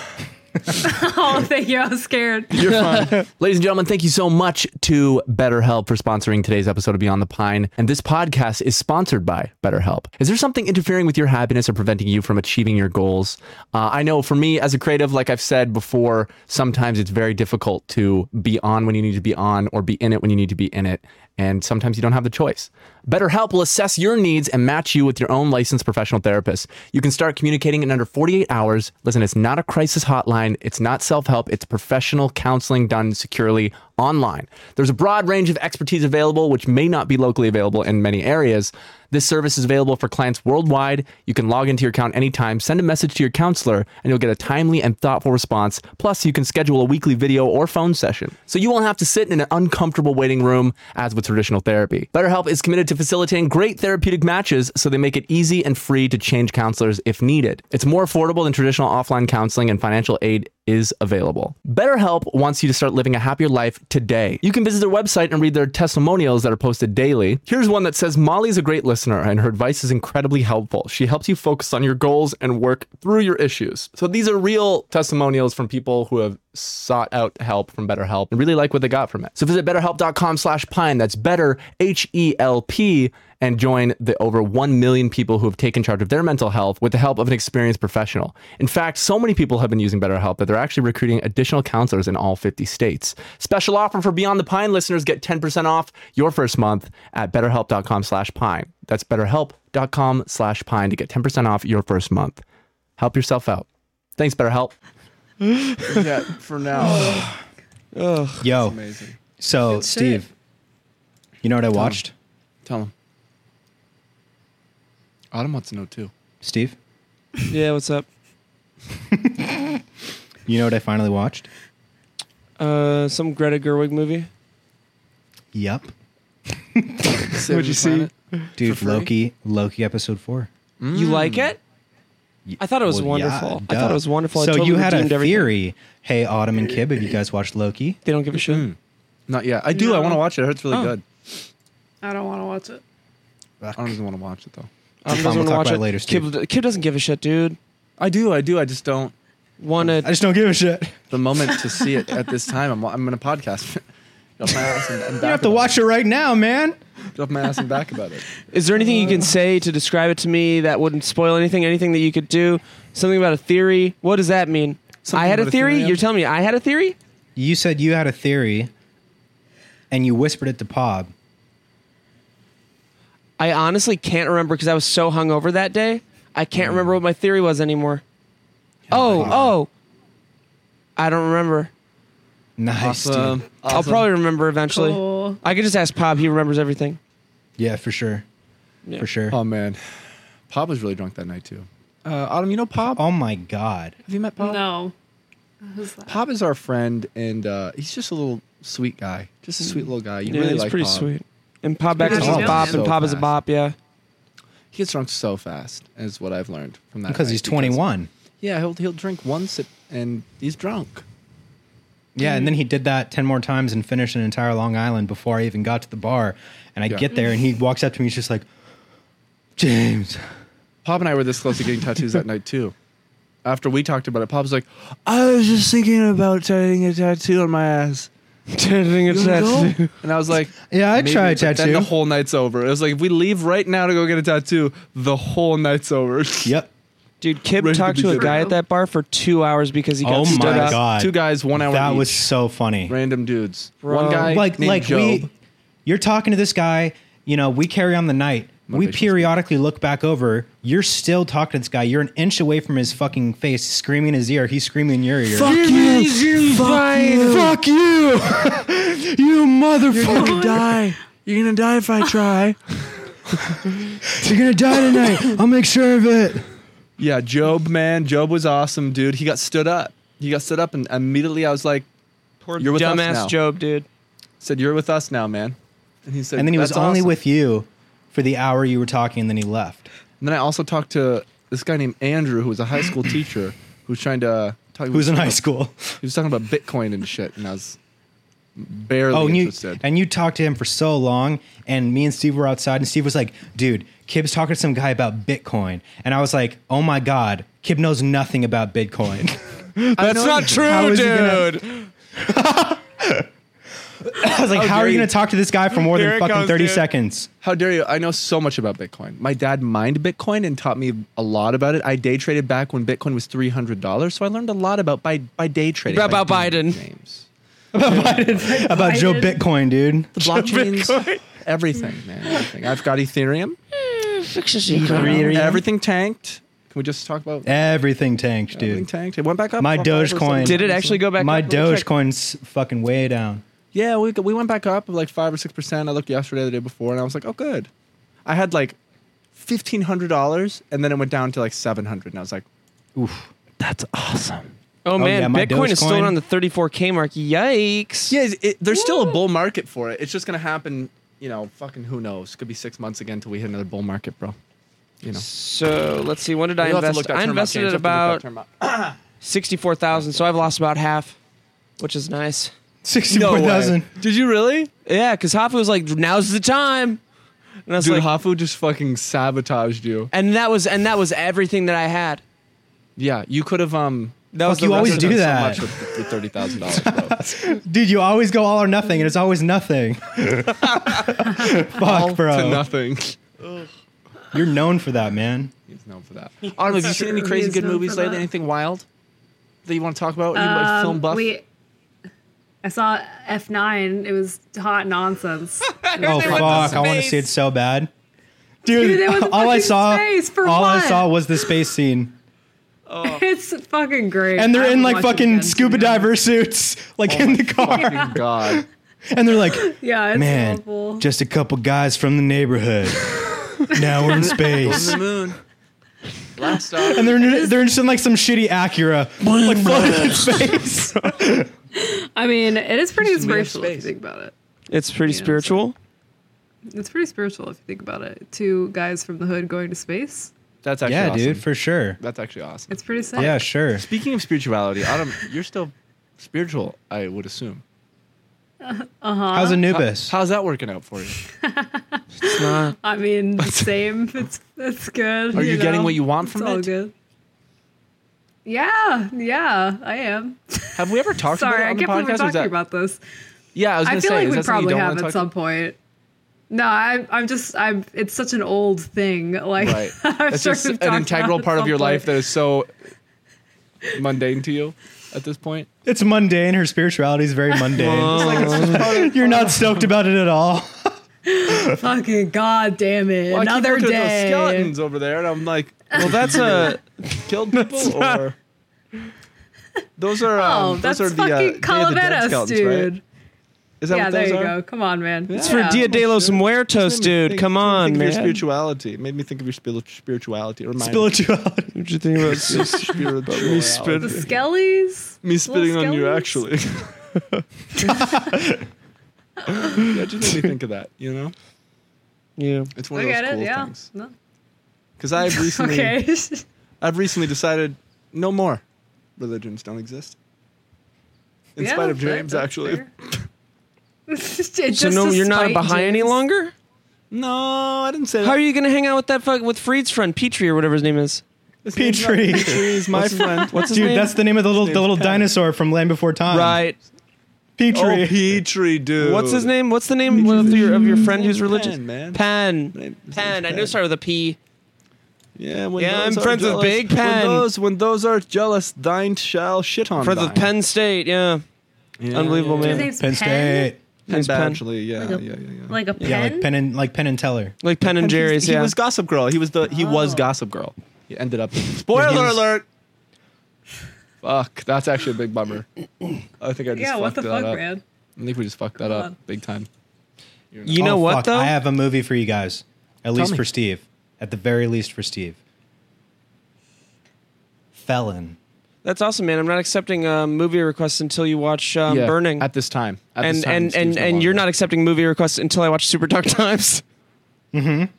E: Oh, thank you. I was scared.
A: You're fine.
J: Ladies and gentlemen, thank you so much to BetterHelp for sponsoring today's episode of Beyond the Pine. And this podcast is sponsored by BetterHelp. Is there something interfering with your happiness or preventing you from achieving your goals? Uh, I know for me as a creative, like I've said before, sometimes it's very difficult to be on when you need to be on or be in it when you need to be in it. And sometimes you don't have the choice. BetterHelp will assess your needs and match you with your own licensed professional therapist. You can start communicating in under 48 hours. Listen, it's not a crisis hotline, it's not self help, it's professional counseling done securely online. There's a broad range of expertise available, which may not be locally available in many areas. This service is available for clients worldwide. You can log into your account anytime, send a message to your counselor, and you'll get a timely and thoughtful response. Plus, you can schedule a weekly video or phone session. So you won't have to sit in an uncomfortable waiting room as with traditional therapy. BetterHelp is committed to facilitating great therapeutic matches so they make it easy and free to change counselors if needed. It's more affordable than traditional offline counseling, and financial aid is available. BetterHelp wants you to start living a happier life today. You can visit their website and read their testimonials that are posted daily. Here's one that says Molly's a great listener and her advice is incredibly helpful. She helps you focus on your goals and work through your issues. So these are real testimonials from people who have sought out help from BetterHelp and really like what they got from it. So visit betterhelp.com slash pine. That's better H E L P and join the over 1 million people who have taken charge of their mental health with the help of an experienced professional. In fact, so many people have been using BetterHelp that they're actually recruiting additional counselors in all 50 states. Special offer for Beyond the Pine listeners get 10% off your first month at betterhelp.com slash pine. That's betterhelp.com slash pine to get 10% off your first month. Help yourself out. Thanks, BetterHelp.
A: yeah, for now.
B: Yo.
A: Amazing.
B: So Steve, you know what I watched?
A: Tell him. Autumn wants to know too.
B: Steve,
C: Yeah, what's up?
B: you know what I finally watched?
C: Uh, some Greta Gerwig movie.
B: Yup.
A: What'd you see?
B: Dude, Loki, Loki episode four.
C: You like it? I thought it was
B: Mm. Well, yeah,
C: wonderful. I
B: duh.
C: thought it was wonderful. I
B: So
C: totally
B: you had a
C: redeemed everything.
B: theory. Hey, Autumn and Kib, have you guys watched Loki?
C: They don't give a shit.
B: Mm.
A: Not yet. I do. I want to watch it. I heard it's really
C: Oh.
A: good.
E: I don't want to watch it.
A: Autumn doesn't want to watch it though.
C: I'm
B: Tom, we'll talk about it later, Steve.
C: Kid, kid doesn't give a shit, dude.
A: I do. I do. I just don't.
C: Wanna
B: I just don't give a shit. You
A: The moment to see it at this time. I'm. I'm in a podcast. Get off my ass and, and back
B: have to
A: about
B: watch it right now, man.
A: It. Get off my ass and back about it.
C: Is there anything you can
B: Uh.
C: say to describe it to me that wouldn't spoil anything? Anything that you could do? Something about a theory? What does that mean?
A: Something
C: I had a
A: about a theory,
C: theory.
A: yeah.
C: You're telling me I had a theory?
B: You said you had a theory, and you whispered it to Pob.
C: I honestly can't remember because I was so hungover that day. I can't remember what my theory was anymore. Oh, oh. I don't remember.
B: Nice, dude.
A: um,
C: I'll probably remember eventually.
E: Cool.
C: I could just ask Pop. He remembers everything.
B: Yeah, for sure.
C: Yeah.
B: For sure.
A: Oh man, Pop was really drunk that night too. Uh, Autumn, you know Pop?
B: Oh my god.
A: Have you met Pop?
E: No. Who's that?
A: Pop is our friend, and uh, he's just a little sweet guy. Just a sweet little guy. You
C: yeah,
A: really
C: he's
A: like
C: pretty
A: Pop.
C: sweet. And Pop Baxter's
E: He's
C: a bop,
A: so
C: and Pop is a
A: fast.
C: bop. Yeah.
A: He gets drunk so fast, is what I've learned from that.
B: Because
A: night,
B: he's 21.
A: yeah, he'll he'll drink one sip and he's drunk.
B: Yeah,
A: Mm-hmm.
B: and then he did that 10 more times and finished an entire Long Island before I even got to the bar. And I
A: Yeah.
B: get there and he walks up to me. He's just like, James.
A: Pop and I were this close to getting tattoos that night too. After we talked about it, Pop's like, "I was just thinking about getting a tattoo on my ass." And I was like,
B: Yeah, I'd
A: "Maybe,"
B: try a
A: but Then
B: tattoo.
A: the whole night's over. It was like if we leave right now to go get a tattoo, the whole night's over.
B: Yep.
C: Dude, Kib
A: Ready to
C: talked
A: be
C: to a
A: different.
C: guy at that bar for two hours because he got
B: Oh
C: stood
B: my
C: up.
B: God.
A: Two guys, one hour.
B: That
A: each.
B: was so funny.
A: random dudes.
C: Bro.
A: One guy
B: like
A: named
B: like
A: Job.
B: we you're talking to this guy you know we carry on the night we
A: Motivational
B: periodically look back over you're still talking to this guy you're an inch away from his fucking face screaming in his ear he's screaming in your ear
A: you! Fuck you!
B: fuck you you motherfucker
A: gonna die. You're gonna die if I try.
B: you're gonna die tonight i'll make sure of it
A: yeah, Job, man, Job was awesome, dude. He got stood up. He got stood up, and immediately I was like, "You're with us now."
C: Dumbass Job, dude.
A: Said, "You're with us now, man." And he said,
B: and then he was
A: "That's
B: only
A: awesome."
B: with you for the hour you were talking and then he left
A: And then I also talked to this guy named Andrew, who was a high school teacher, who's trying to talk.
B: who's in high school
A: He was talking about Bitcoin and shit, and I was barely
B: Oh, and you,
A: interested.
B: and you talked to him for so long, and me and Steve were outside, and Steve was like, dude, Kib's talking to some guy about Bitcoin. And I was like, oh my God, Kib knows nothing about Bitcoin.
A: That's not
B: How is he gonna- I was like, how are
A: dare
B: you
A: you."
B: going to talk to this guy for more
C: Oh, Here
B: than
C: it
B: fucking
C: comes,
B: 30
C: dude.
B: seconds?
A: How dare you? I know so much about Bitcoin. My dad mined Bitcoin and taught me a lot about it. I day traded back when Bitcoin was three hundred dollars, so I learned a lot about by by day trading. by
C: About
A: doing
C: Biden.
A: James.
B: About Joe Bitcoin, dude.
A: the blockchains, everything, man. Everything. I've got Ethereum. Everything tanked. Can we just talk about
B: Everything tanked,
A: everything
B: dude.
A: tanked? It went back up.
B: My
A: went back over
B: Dogecoin.
A: seven-
C: Did it actually go back
B: My
C: up? Let me check.
B: Dogecoin's fucking way down.
A: Yeah, we we went back up like five or six percent. I looked yesterday, the day before, and I was like, oh, good. I had like fifteen hundred dollars, and then it went down to like seven hundred, and I was like,
J: That's awesome.
C: Oh, man,
B: yeah, my
C: Bitcoin is still
B: Dogecoin.
C: on the 34K mark. Yikes.
A: Yeah, it, there's still a bull market for it. It's just gonna happen. You know, fucking who knows? Could be six months again till we hit another bull market, bro. You know,
C: So let's see. When did I
A: You'll have to look
C: invest?
A: that
C: I
A: term up,
C: invested
A: James.
C: at
A: You'll have
C: about
A: to look that term up.
C: 64,000, so I've lost about half, which is nice.
B: 64,000.
A: Did you really,
C: Yeah, because Hoffa was like, "Now's the time," and I was
A: dude?
C: like,
A: Hafu just fucking sabotaged you.
C: and that was and that was everything that I had.
A: Yeah, you could have um.
C: That
B: Fuck,
C: was the
B: you
C: rest
B: always
C: of
B: do
C: it.
B: that.
A: So much with, with thirty thousand dollars, bro.
B: Dude, you always go all or nothing, and it's always nothing. Fuck,
A: to
B: bro.
A: nothing.
B: You're known for that, man.
A: He's known for that.
J: Autumn, have you seen any
E: Sure,
J: crazy
E: he's
J: good
E: known
J: movies
E: for
J: lately?
E: that.
J: Anything wild that you want to talk
A: Oh,
J: about? You like
E: Um,
J: film buff?
E: We, I saw F9. It was hot nonsense.
B: Oh
C: They went
B: fuck!
C: to
B: I want to
C: space.
B: see it so bad, dude.
E: Dude, they went to
B: all I
E: fucking
B: saw,
E: space for
B: all I
E: what?
B: saw was the space scene,
E: it's fucking great.
B: and
E: I
B: they're in
E: would
B: like
E: watch it
B: fucking
E: again, to be
B: scuba
E: honest.
B: diver suits, like in the car,
A: Fucking God.
B: and they're like,
E: Yeah, it's
B: "Man,
E: awful.
B: just a couple guys from the neighborhood. now we're in space."
A: moon. Last off.
B: And they're they're just in like some shitty Acura, like floating in space.
E: I mean, it is pretty
A: Just made up
E: inspirational if you
A: space.
E: think about it.
C: It's pretty
E: so-
C: spiritual.
E: It's pretty spiritual if you think about it. Two guys from the hood going to space.
A: That's actually
B: yeah,
A: awesome.
B: dude, for sure.
A: That's actually awesome.
E: It's pretty sick.
B: Yeah, sure.
A: Speaking of spirituality, Adam, you're still spiritual, I would assume.
B: How's Anubis?
A: How's that working out for you?
C: It's not.
E: I mean, same. It's it's good.
A: Are you getting
E: know?
A: what you want
E: It's
A: from
E: all
A: it?
E: good. Yeah, yeah, I am.
A: Have we ever talked
E: Sorry, I
A: about it
E: can't
A: on
E: believe
A: the podcast?
E: we're
A: Or
E: talking
A: is that-
E: about this.
A: yeah, I was
E: I,
A: gonna
E: feel
A: say,
E: like
A: is
E: we
A: that something you
E: probably
A: don't
E: have
A: wanna
E: at
A: talk
E: some point. No, I'm. I'm just. I'm. It's such an old thing. Like,
A: Right.
E: I'm
A: It's
E: sure
A: just
E: we've
A: an
E: talked
A: integral
E: about it
A: part
E: at
A: of
E: some
A: your life
E: point.
A: that is so mundane to you at this point.
B: It's mundane. Her spirituality is very mundane.
A: Another
B: You're not stoked about it at all.
E: Fucking god damn it! Another day.
A: skeletons over there, and I'm like, uh,
C: Well, that's a
A: killed people or those are
E: Oh,
A: um,
E: that's
A: those are the, uh,
E: Oh, fucking
A: Day of the Dead
E: Calaveras,
A: skeletons, right?
E: dude.
A: Is that
E: yeah,
A: what
E: there
A: those
E: you
A: are?
E: go. Come on, man.
C: It's for Dia de los Muertos, dude. Come on,
A: Think of
C: man.
A: your spirituality. It made me think of your spil- spirituality. Or mine.
B: Spirituality.
C: What'd you think about
A: Your spirituality.
C: Me spit-
E: The Skellies.
A: Me spitting
E: Little
A: on you,
E: skellies.
A: actually. yeah, it just made me think of that. You know,
C: Yeah.
A: it's one
E: I
A: of those
E: get
A: cool
E: it. Yeah.
A: things.
E: No.
A: Because I've recently,
E: Okay.
A: I've recently decided no more religions don't exist. In
E: Yeah,
A: spite of
E: that-
A: James,
E: that's
A: actually.
E: fair. Just
C: So no, you're not a
E: despite
C: Baha'i any
E: James.
C: longer.
A: No, I didn't say that.
C: How are you gonna hang out with that fuck with Fried's friend Petrie or whatever his name is?
A: His name's not
B: Petrie.
A: Petrie, He's my friend.
C: What's his
B: Dude,
C: name?
B: that's the name of the little the
A: name's
B: little
A: Pat.
B: dinosaur from Land Before Time.
C: right.
B: Petrie.
A: Oh, Petrie, dude.
C: What's his name? What's the name of your, of your friend who's
A: Penn,
C: religious?
A: man.
C: Penn.
A: Name- his
C: Penn.
A: name's
C: I knew it started with a P.
A: Yeah, when
C: Yeah,
A: those
C: I'm
A: are
C: friends with
A: jealous-
C: Big
A: When
C: Pen.
A: those, when those are jealous, thine shall shit on
C: Friends
A: thine.
C: with Penn State. Yeah.
A: Yeah,
C: Unbelievable,
A: yeah,
C: man.
E: His name's
B: Penn State.
A: yeah.
C: Name's
A: Penn
C: Penn.
A: Badgley, yeah,
E: Like a-
A: yeah, yeah, yeah.
E: Like a pen.
B: Yeah, like Penn and like Penn and Teller.
C: Like Penn and Jerry's.
A: He
C: Yeah.
A: was Gossip Girl. He was the he was
E: Oh.
A: Gossip Girl. He ended up. Spoiler
B: was-
A: alert. Fuck, that's actually a big bummer. I think I just
E: yeah.
A: fucked
E: What the
A: that
E: fuck,
A: up.
E: man?
A: I think we just fucked that
E: Come
A: up
E: on.
A: big time.
C: you know
B: Oh,
C: what
B: fuck,
C: though?
B: I have a movie for you guys. At least
A: me.
B: for Steve. At the very least for Steve. Felon.
C: That's awesome, man. I'm not accepting uh, movie requests until you watch um,
A: Yeah,
C: Burning.
A: at this time. At
C: and
A: this time,
C: and
A: Steve's
C: and,
A: no
C: and you're
A: longer.
C: not accepting movie requests until I watch Super Dark Times.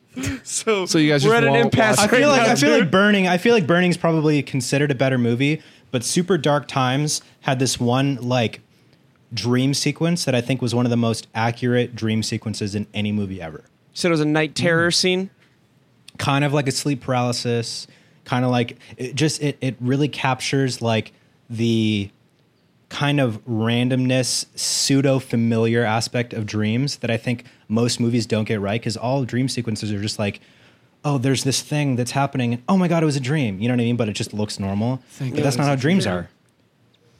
A: So you guys
C: We're
A: just
C: at an
A: won't
C: impasse
A: watch
B: I feel
C: Right
B: like
C: now,
B: I feel like Burning. I feel like Burning's probably considered a better movie, but Super Dark Times had this one like dream sequence that I think was one of the most accurate dream sequences in any movie ever.
C: So it was a night terror scene.
B: Kind of like a sleep paralysis, kind of like it just it it really captures like the kind of randomness, pseudo familiar aspect of dreams that I think most movies don't get right because all dream sequences are just like, oh, there's this thing that's happening, and oh my god, it was a dream. You know what I mean? But it just looks normal. but that's not how dreams are.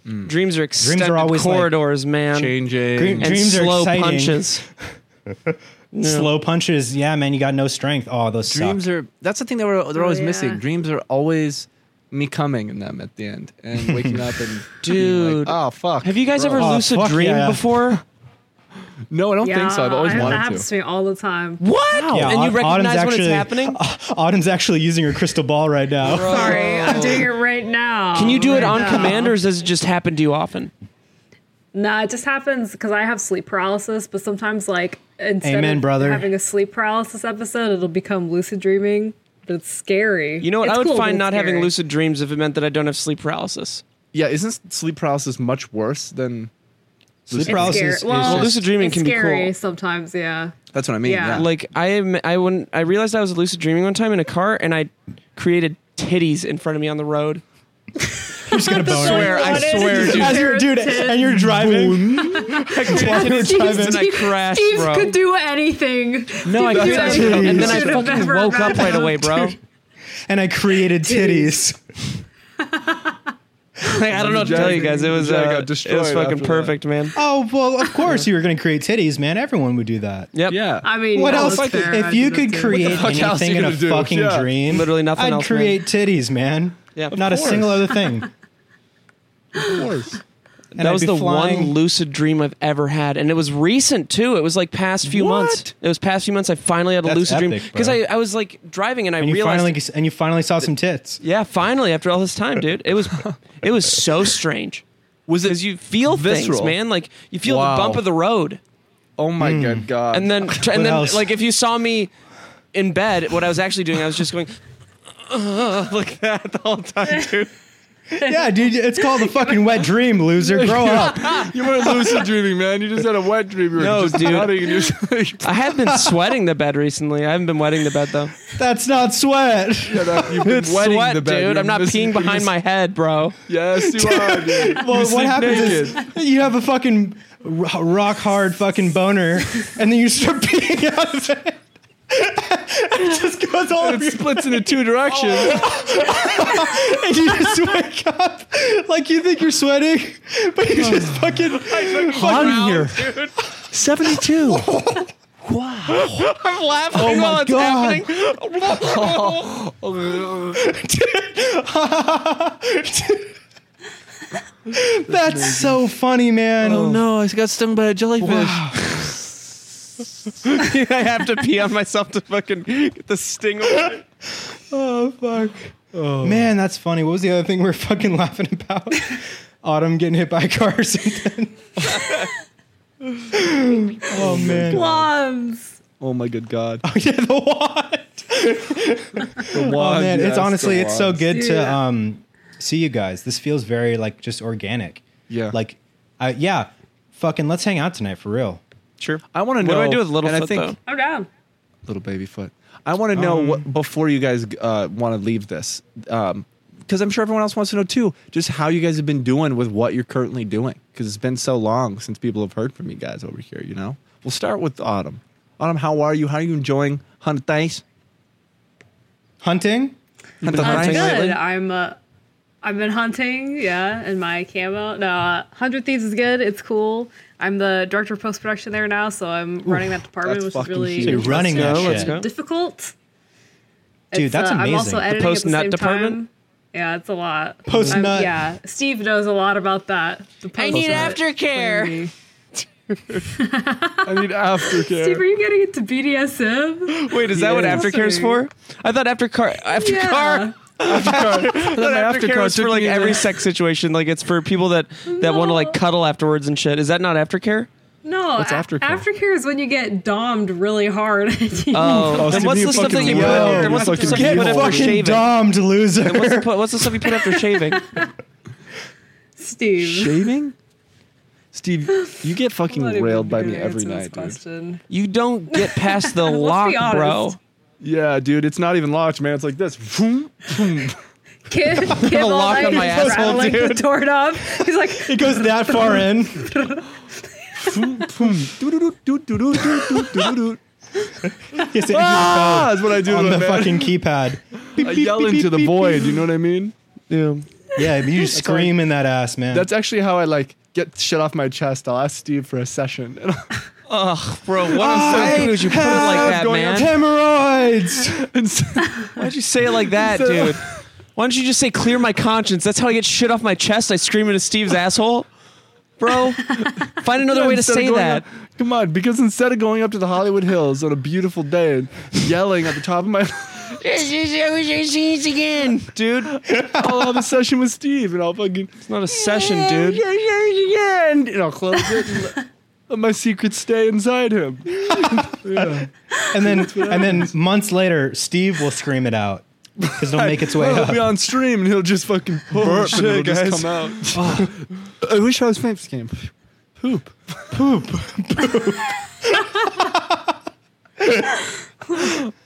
C: Dreams are extended
B: always, like,
C: corridors, man.
A: Changing.
B: Green-
C: And
B: Dreams are
C: slow
B: exciting.
C: punches.
B: Slow punches, yeah, man, you got no strength. Oh, those
A: dreams
B: suck.
A: are that's the thing that we're, they're
E: Oh,
A: always
E: yeah.
A: missing dreams are always me coming in them at the end and waking up and being like,
C: Dude.
A: oh fuck
C: Have you guys
A: bro."
C: ever
B: Oh,
C: lucid
B: fuck
C: dreamed
B: yeah.
C: before?
A: no i don't
E: yeah,
A: think so i've always
E: I- that
A: wanted
E: happens
A: to
E: to me all the time.
C: What? Oh, and you
B: Autumn's
C: recognize when
B: actually-
C: it's happening?
B: Autumn's actually using her crystal ball right now.
E: Sorry, I'm doing it right now.
C: Can you do it
E: Right
C: on
E: now.
C: command, or does it just happen to you often?
E: Nah, it just happens because I have sleep paralysis, but sometimes like instead
B: Amen,
E: of
B: brother.
E: having a sleep paralysis episode, it'll become lucid dreaming. But it's scary.
C: You know what?
E: It's
C: I would
E: cool, but
C: find
E: it's
C: not having
E: scary.
C: lucid dreams if it meant that I don't have sleep paralysis.
A: yeah isn't sleep paralysis much worse than
B: Sleep
E: It's scary.
B: paralysis is
E: Well,
B: just-
C: lucid dreaming
E: it's
C: can be
E: scary
C: cool.
E: sometimes. Yeah.
A: that's what i mean yeah,
E: Yeah.
C: Like I am, I when I realized I was lucid dreaming one time in a car, and I created titties in front of me on the road.
B: I'm just gonna boner.
C: Swear, I
E: What is
C: swear,
E: it?
C: dude.
B: As you're dude, and you're driving. While you're driving.
C: And I crashed,
E: Steve
C: bro.
E: could do anything.
C: No, I created,
E: Steve could do anything.
C: and then I
E: Should have
C: fucking
E: never
C: woke up right
E: imagined.
C: away, bro.
B: and I created titties.
C: Like, I don't know what to tell you guys. It was
A: Jag got
C: uh, it
A: destroyed
C: was
A: after
C: fucking
A: that.
C: perfect, man.
B: Oh well, of course you were going to create titties, man. Everyone would do that.
C: Yep.
A: yeah.
E: I mean,
B: what
E: that
B: else?
E: was fair. I
B: if you
E: did
B: could
E: that too.
B: create
A: fuck else
B: anything
A: you
B: in a
A: gonna do?
B: fucking
A: Yeah.
B: dream,
C: Literally nothing
B: I'd
C: else, man.
B: create titties, man.
C: Yeah. Of
B: not a
A: course.
B: single other thing.
A: of
B: and
A: course
C: that
B: I'd
C: was
B: be
C: the
B: flying-
C: one lucid dream I've ever had, and it was recent too. It was like past few months.
A: What?
C: It was past few months. I finally had a
B: That's
C: lucid dream
B: epic, bro.
C: because I, I was like driving and I
B: And you
C: realized
B: finally and you finally saw some tits.
C: yeah finally after all this time, dude. It was it was so strange.
A: was it
C: because you feel things,
A: visceral?
C: man. Like you feel
A: Wow.
C: the bump of the road,
A: oh my god god
C: and then and then
B: else?
C: like if you saw me in bed, what I was actually doing, I was just going "Ugh," like that the whole time, dude.
B: yeah, dude, it's called the fucking wet dream, loser. Grow up.
A: you weren't lucid dreaming man you just had a wet dream you were
C: No,
A: just
C: dude.
A: nodding and you're just like,
C: I have been sweating the bed recently. I haven't been wetting the bed though.
B: That's not sweat.
A: shut up. you've been
C: It's
A: wetting
C: sweat,
A: the bed
C: dude.
A: You're
C: I'm not
A: mis-
C: peeing
A: you're
C: behind
A: mis-
C: my head, bro.
A: yes you are dude
B: Well, what happens is you have a fucking ro- rock hard fucking boner, and then you start peeing out of it. it just goes all over
A: it
B: your
A: splits into two directions
B: and you just wake up like you think you're sweating, but you just fucking on here.
J: 72.
C: I'm laughing
B: Oh my
C: while it's
B: God.
C: happening.
B: That's so funny, man.
A: Oh no, I got stung by a jellyfish.
C: I have to pee on myself to fucking get the sting away.
B: Oh fuck.
A: Oh.
B: Man, that's funny. What was the other thing we were fucking laughing about? Autumn getting hit by a car or something. oh man.
E: Plums.
A: Oh my good god.
B: Oh, yeah, the wand. Oh, man, it's honestly it's so good to
E: Yeah.
B: um see you guys. This feels very like just organic.
A: Yeah.
B: Like, I yeah, fucking let's hang out tonight for real.
C: Sure.
A: I want to
C: What
A: know.
C: do I do with
A: and
C: Littlefoot
A: I think
C: though?
E: I'm down.
A: little baby foot. I want to know what before you guys uh, want to leave this, because I'm sure everyone else wants to know too. Just how you guys have been doing with what you're currently doing, because it's been so long since people have heard from you guys over here. You know, we'll start with Autumn. Autumn, how are you? How are you enjoying Hunt Dice?
B: Hunting?
A: Hunt the
E: Uh,
A: Hunting
E: good.
A: lately?
E: I'm. Uh, I've been hunting, yeah, in my camo. No, uh, Hundred Thieves is good. It's cool. I'm the director of post production there now, so I'm running that department,
A: that's
E: which is
A: fucking
E: really
A: huge. So you're
B: running
C: Let's
B: that
C: go, let's
B: shit.
C: go.
E: difficult.
B: Dude,
E: It's,
B: that's
E: uh, I'm
B: amazing.
E: also
B: The
E: editing at the
C: post-nut
E: same
C: department?
E: time. Yeah, it's a lot.
B: Post-nut.
E: I'm- Yeah, Steve knows a lot about that. The
C: I need
E: post-nut.
C: aftercare.
A: I need aftercare.
E: Steve, are you getting into BDSM?
C: Wait, is that what
E: Yeah.
C: aftercare's for? I thought after car after
E: Yeah.
C: car. I thought
A: after
C: aftercare
A: car
C: was for
A: took
C: like
A: me to-
C: every sex situation. Like it's for people that that want to like
E: No.
C: cuddle afterwards and shit. Is that not aftercare?
E: No,
A: What's
E: a-
A: aftercare?
E: Aftercare is when you get dommed really hard.
C: Oh, then
A: Steve,
C: what's
A: you
C: the stuff that
A: fucking
C: you put?
A: weirdo.
C: then
A: You're
C: What's the
A: fucking
C: stuff you
B: Get
C: put after
B: fucking
C: shaving?
B: domed, loser.
C: Then What's the, pu- what's the stuff you put after shaving?
E: Steve.
A: Shaving? Steve, you get fucking
E: Not even
A: railed by me
E: gonna
A: every
E: answer this
A: night, dude.
E: question.
C: You don't get past the
E: Let's
C: lock,
E: be
C: bro.
E: honest.
A: Yeah, dude, it's not even locked, man. It's like this.
E: Kid, kid
C: a
E: all
C: lock
E: night
C: on my
E: is
C: asshole,
E: rattling the door knob. He's like,
B: it goes that far in.
A: ah,
B: Yes, it
A: is what I do
B: on
A: to
B: the
A: a Ah, man.
B: fucking keypad. Beep,
A: I
B: beep,
A: yell
B: beep,
A: into
B: beep,
A: the
B: beep,
A: void.
B: beep.
A: You know what I mean? Yeah.
B: Yeah, you scream in that ass, man.
A: That's actually how I like get shit off my chest. I'll ask Steve for a session. And I'll-
C: Ugh, bro. What I'm so
B: I
C: good is you put it like
B: have
C: that,
A: going up
C: man.
B: hemorrhoids.
A: and so-
C: Why'd you say it like that,
A: So-
C: dude? Why don't you just say clear my conscience? That's how I get shit off my chest. I scream into Steve's asshole. Bro, find another way to
A: instead of
C: say
A: going
C: that.
A: up- come on, because instead of going up to the Hollywood Hills on a beautiful day and yelling at the top of my,
C: again, dude. It's
A: I'll have a session with Steve, and I'll fucking
C: not a session, dude.
A: and and I'll close it. And let- let my secrets stay inside him.
B: And then, and then months later, Steve will scream it out because it'll make its way
A: He'll be
B: up.
A: on stream and he'll just fucking burp and it'll just come out. I wish I was famous game. Poop.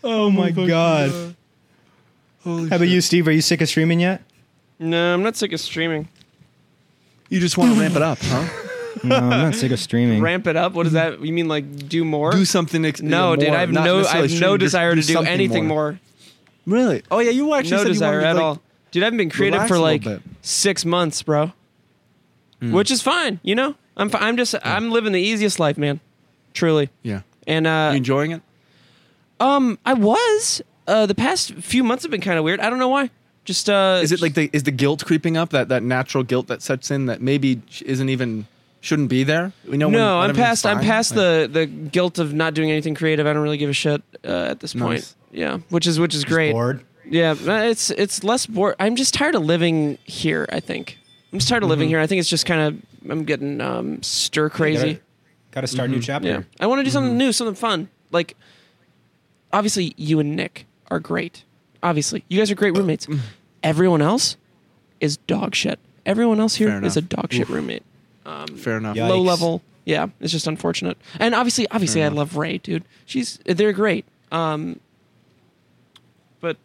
B: Oh my god!
A: Holy
B: How about
A: shit.
B: you, Steve? Are you sick of streaming yet?
C: No, I'm not sick of streaming.
A: You just want to ramp it up, huh?
B: No, I'm not sick of streaming.
C: Ramp it up. What does that? You mean like do more?
A: Do something. Ex-
C: no,
A: more,
C: dude. I have
A: not
C: no.
A: necessarily
C: I have
A: stream,
C: no
A: just
C: desire to do
A: something
C: anything more.
A: Really? Oh yeah, you actually
C: no
A: said
C: desire
A: you wanted,
C: at
A: like,
C: all. Dude, I haven't been creative
A: relax
C: for
A: a little
C: like
A: bit. Hmm.
C: six months, bro. Which is fine, you know. I'm fi- I'm just I'm living the easiest life, man. Truly.
A: Yeah.
C: And uh,
A: You enjoying it?
C: um, I was uh, the past few months have been kind of weird. I don't know why. Just uh,
A: Is it like the is the guilt creeping up? That that natural guilt that sets in that maybe sh- isn't even shouldn't be there. We know.
C: no?
A: when,
C: I'm
A: when everything's
C: past I'm
A: fine.
C: past
A: Like,
C: the the guilt of not doing anything creative. I don't really give a shit uh, at this point.
A: Nice.
C: Yeah, which is which is great.
B: Bored.
C: Yeah, uh, it's it's less bored. I'm just tired of living here. I think I'm just tired of
A: Mm-hmm.
C: living here. I think it's just kind of I'm getting um, stir crazy. Mm-hmm.
B: Got to start a new chapter.
C: Yeah. I want to do something
A: Mm-hmm.
C: new, something fun. Like, obviously, you and Nick are great. Obviously, you guys are great roommates. Everyone else is dog shit. Everyone else here
A: Fair
C: is a
A: enough.
C: dog shit roommate.
A: fair enough.
B: Yeah.
C: Low
B: Yikes.
C: level. Yeah, it's just unfortunate. And obviously, obviously,
A: Mm-hmm.
C: I love Ray, dude. She's they're great. Um, but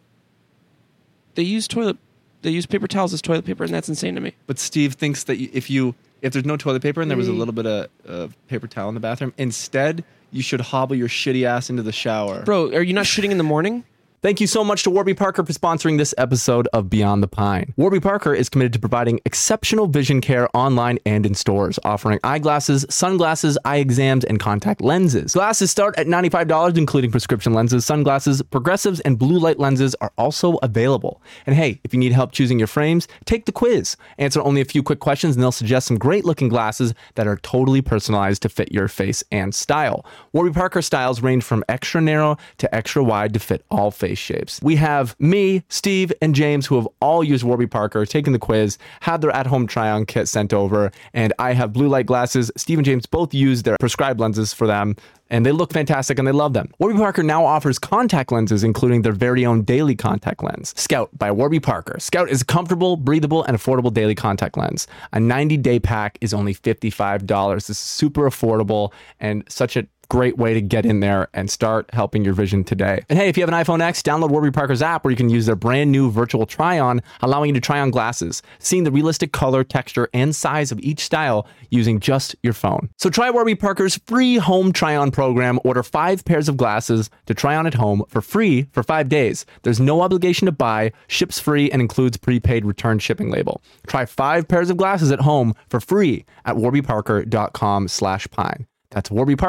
C: they use toilet. They use paper towels as toilet paper, and that's insane to me.
A: But Steve thinks that you, if you if there's no toilet paper and there was a little bit of uh, paper towel in the bathroom, instead you should hobble your shitty ass into the shower.
C: Bro, are you not shitting in the morning?
J: Thank you so much to Warby Parker for sponsoring this episode of Beyond the Pine. Warby Parker is committed to providing exceptional vision care online and in stores, offering eyeglasses, sunglasses, eye exams, and contact lenses. Glasses start at $95, including prescription lenses, sunglasses, progressives, and blue light lenses are also available. And hey, if you need help choosing your frames, take the quiz. Answer only a few quick questions, and they'll suggest some great looking glasses that are totally personalized to fit your face and style. Warby Parker styles range from extra narrow to extra wide to fit all face shapes. We have me, Steve, and James, who have all used Warby Parker, taken the quiz, had their at home try on kit sent over, and I have blue light glasses. Steve and James both use their prescribed lenses for them and they look fantastic and they love them. Warby Parker now offers contact lenses, including their very own daily contact lens, Scout by Warby Parker. Scout is a comfortable, breathable, and affordable daily contact lens. A 90 day pack is only $55. This is super affordable and such a great way to get in there and start helping your vision today. And hey, if you have an iPhone X, download Warby Parker's app where you can use their brand new virtual try on, allowing you to try on glasses, seeing the realistic color, texture, and size of each style using just your phone. So try Warby Parker's free home try on program. Order five pairs of glasses to try on at home for free for five days. There's no obligation to buy, ships free, and includes prepaid return shipping label. Try five pairs of glasses at home for free at warbyparker.com slash pine. That's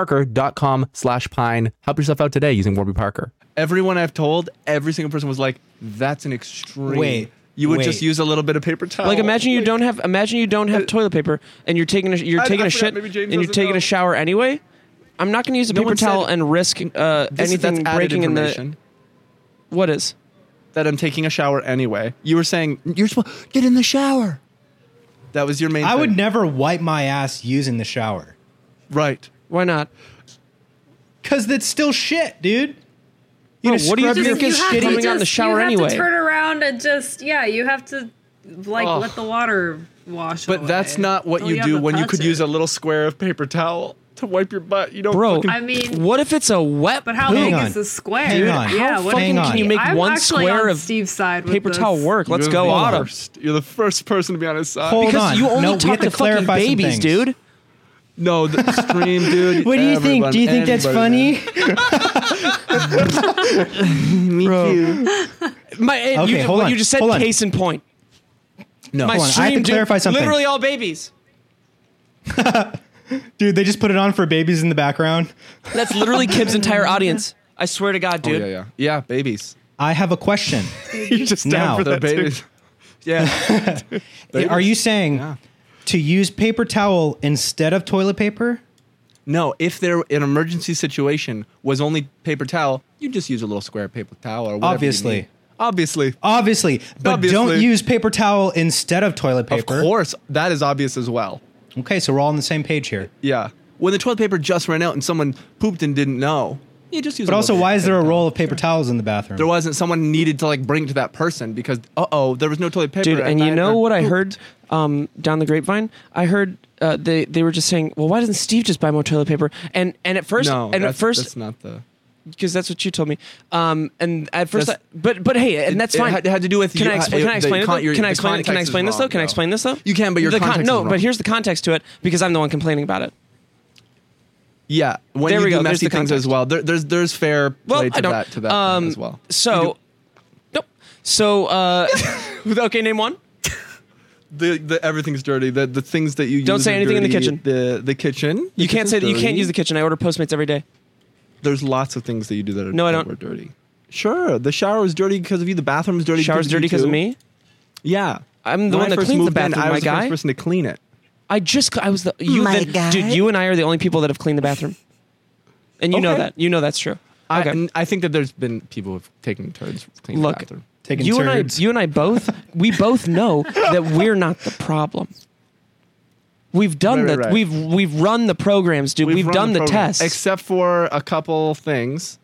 J: warbyparker.com slash pine. Help yourself out today using Warby Parker.
A: Everyone I've told, every single person was like, "That's an extreme."
B: Wait,
A: you would
B: wait.
A: just use a little bit of paper towel.
C: Like imagine you don't have imagine you don't have toilet paper and you're taking a you're
A: Uh, I- I
C: taking a
A: forgot,
C: shit
A: maybe
C: and
A: James
C: you're
A: doesn't
C: taking
A: know.
C: a shower anyway. I'm not going to use a paper
A: one said-
C: towel and risk uh,
A: This is-
C: anything
A: that's added
C: breaking in the
A: information
C: what is.
A: that I'm taking a shower anyway. You were saying you're supposed get in the shower. That was your main.
B: I
A: thing.
B: would never wipe my ass using the shower
A: right.
C: Why not?
B: because that's still shit, dude. You
C: Bro,
B: just
C: Oh, what do you
B: scrub
C: think
B: your
C: is
B: shitty-
C: have shitty- to coming out of the shower
E: you Have
C: anyway.
E: to turn around and just yeah, you have to like
C: Ugh.
E: let the water wash.
A: But
E: away.
A: that's not what
E: Don't
A: you
E: have
A: do
E: to
A: when you
E: touch
A: could
E: it.
A: use a little square of paper towel to wipe your butt. You don't,
C: Bro,
A: fucking-
E: I mean,
C: What if it's a wet
E: but how
B: Hang
E: big
B: on.
E: is the square?
B: Hang on.
E: Yeah,
B: How
E: what
B: fucking can you
C: make
E: I'm
C: one
E: actually
C: square
E: on
C: of
E: Steve's side with
C: paper
E: this.
C: towel work? Let's
A: You're
C: go,
A: the
C: Autumn.
A: first- You're the first person to be on his side.
B: Hold
C: Because
B: on.
C: you only
B: No, we
C: talk
B: have
C: to,
B: to
C: fucking
B: clarify some
C: babies,
B: things.
C: dude.
A: No, the stream, dude.
B: What do you think?
A: everyone-
B: Do you think that's
A: everybody-
B: funny?
C: My and you,
B: Okay, hold
C: what
B: on,
C: you just said
B: hold on.
C: case in point.
B: No,
C: My
B: hold on. I
C: stream,
B: have to
C: dude,
B: clarify something.
C: Literally all babies.
B: dude, they just put it on for babies in the background.
C: That's literally Kim's entire audience. I swear to God,
A: Oh,
C: dude.
A: yeah, yeah, yeah. Babies.
B: I have a question.
A: you just
B: down
A: down
B: Now.
A: for
B: for
A: the
B: that, too.
A: babies. Yeah.
B: Are you saying
A: Yeah.
B: to use paper towel instead of toilet paper?
A: No, if there an emergency situation was only paper towel, you just use a little square paper towel or whatever. you
B: Obviously.
A: need. Obviously.
B: Obviously, but don't
A: Obviously.
B: use paper towel instead of toilet
A: Of
B: paper.
A: course, that is obvious as well.
B: Okay, so we're all on the same page here.
A: Yeah. When the toilet paper just ran out and someone pooped and didn't know, you just use.
B: But
A: a
B: also,
A: little
B: why
A: bit
B: is
A: of
B: there a
A: paper
B: roll of paper towels in the
A: There
B: bathroom?
A: wasn't someone needed to like bring to that person because uh oh, there was no toilet paper.
C: Dude,
A: at
C: and you
A: night
C: know
A: or-
C: what I heard um, down the grapevine? I heard uh, they they were just saying, "Well, why doesn't Steve just buy more toilet paper?" And and at first,
A: No,
C: and at
A: that's-
C: first,
A: that's not the.
C: because that's what you told me. Um, and at first, I,
A: That's-
C: but but hey, and that's
A: it
C: fine.
A: had- it had to do with
C: can
A: you-
C: I, expl-
A: it-
C: can I
A: the
C: explain it?
A: con-
C: though?
A: your-
C: can I
A: the
C: explain it? Can I
A: context is
C: explain this though?
A: wrong,
C: Can I
A: though.
C: explain this though?
A: You can, but your
C: the
A: context
C: no.
A: is
C: But
A: wrong.
C: here's the context to it because I'm the one complaining about it.
A: Yeah, when
C: There
A: you
C: we
A: do
C: go, there's
A: messy
C: the
A: things
C: context.
A: as well, there, there's there's fair
C: Well,
A: play
C: I
A: to
C: don't.
A: that to that
C: um,
A: as well.
C: So, nope. So, uh, okay, name one.
A: the, the everything's dirty. The the things that you
C: Don't
A: use
C: say
A: are
C: anything in the
A: dirty.
C: kitchen.
A: The the kitchen.
C: You can't say that. You can't use the
A: kitchen.
C: kitchen. I order Postmates every day.
A: There's lots of things that you do that are
C: No, I
A: that
C: don't.
A: were dirty. Sure, the shower is dirty because of you. The bathroom is dirty.
C: Shower's
A: you
C: dirty because of
A: too.
C: me.
A: Yeah,
C: I'm the
A: When
C: one
A: I
C: that
A: first
C: cleans the
A: moved in,
C: bathroom,
A: I
C: my
A: was the
C: guy.
A: first person to clean it.
C: I just I was the you
J: My
C: the,
J: God.
C: dude. You and I are the only people that have cleaned the bathroom, and you know
A: Okay.
C: that. You know that's true.
A: I,
C: Okay.
A: and I think that there's been people who've taken turns cleaning
C: Look,
A: the bathroom.
B: Taking
C: you and I,
B: turds.
C: you and I both, we both know that we're not the problem. We've done
A: Right,
C: the,
A: right, right.
C: we've we've run the programs, dude. We've,
A: run
C: done the,
A: program,
C: tests,
A: except for a couple things.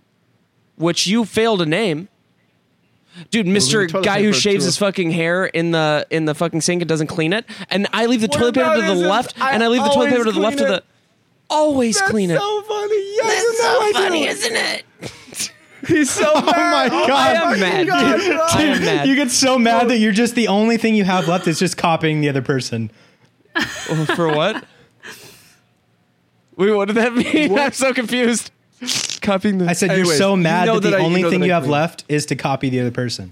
C: which you failed to name. Dude, Mister
A: toilet
C: guy who
A: paper
C: shaves
A: to
C: his
A: a-
C: fucking hair in the in the fucking sink and doesn't clean it, and I leave the toilet paper
A: about
C: to the
A: is
C: left,
A: I
C: and I leave the
A: always
C: toilet paper to the left
A: clean
C: of the.
A: it.
C: Always clean it.
A: so funny. Yeah, you know I do.
C: isn't it?
A: He's so mad.
B: my God.
C: I am mad,
A: Oh God,
C: dude. I am mad.
B: You get so mad that you're just the only thing you have left is just copying the other person.
C: Oh, For what? Wait, what did that mean? I'm so confused. copying the.
B: I said,
A: Anyways,
B: you're so
A: you
B: mad
A: know
B: that the
A: that I- you
B: only
A: know
B: thing
A: that I
B: you have
A: agree.
B: left is to copy the other person.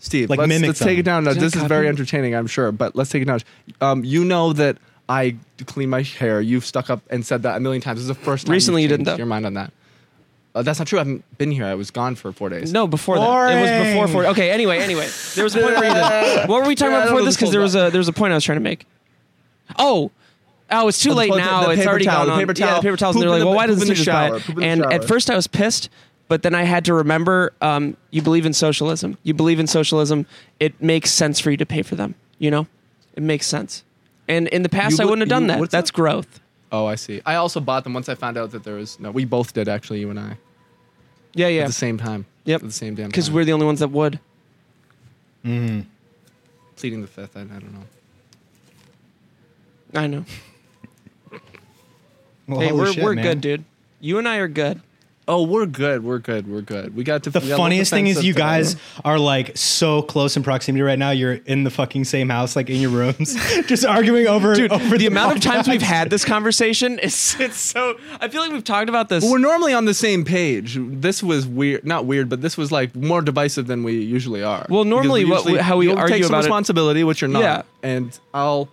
A: Steve,
B: Like,
A: let's,
B: mimic
A: let's take it
B: something.
A: down. Now,
C: Did I
A: this is
C: copy
A: very
C: it?
A: entertaining, I'm sure, but let's take it down. Um, you know that I clean my hair. You've stuck up and said that a million times. This is the first time
C: Recently
A: you've
C: you didn't,
A: changed
C: though.
A: Your mind on that? Uh, that's not true. I haven't been here. I was gone for four days.
C: No, before that. It was before
B: Boring.
C: four. Okay. Anyway, anyway, there was a point where you did. What were we talking
A: Yeah, I don't
C: about before
A: know
C: this?
A: this
C: Because there
A: whole
C: was a there was a point I was trying to make. Oh. Oh, it's too
A: Oh, the-
C: late
A: the-
C: now.
A: the
C: it's
A: paper
C: already
A: towel,
C: gone
A: the
C: on.
A: paper
C: Yeah,
A: towel.
C: the paper towels.
A: Poop
C: And they're
A: in
C: like,
A: the-
C: well, why
A: poop in
C: doesn't
A: the
C: Steve just buy
A: shower,
C: it?
A: poop in the
C: And
A: shower.
C: at first I was pissed, but then I had to remember um, you believe in socialism. You believe in socialism. It makes sense for you to pay for them. You know, it makes sense. And in the past,
A: You
C: I
A: would-
C: wouldn't have
A: you-
C: done that.
A: what's
C: That's
A: that?
C: growth.
A: Oh, I see. I also bought them once I found out that there was no. We both did actually. You and I
C: Yeah, yeah.
A: at the same time.
C: Yep.
A: At the same damn.
C: Because
A: Because
C: we're the only ones that would.
A: pleading the fifth. I, I don't know.
C: I know.
B: Well,
C: hey,
B: holy
C: we're
B: shit,
C: we're
B: man.
C: good, dude. You and I are good.
A: Oh, we're good. We're good. We're good. We got to
B: The funniest thing is you guys are like so close in proximity right now. You're in the fucking same house, like in your rooms, just arguing over
C: Dude,
B: over
C: the, amount of times
B: podcast.
C: we've had this conversation is it's so. I feel like we've talked about this.
A: We're normally on the same page. This was weird, not weird, but this was like more divisive than we usually are.
C: Well, normally
A: Because
C: what we- how we
A: you'll
C: argue
A: take some
C: about it-
A: responsibility, which you're not,
C: Yeah.
A: and I'll,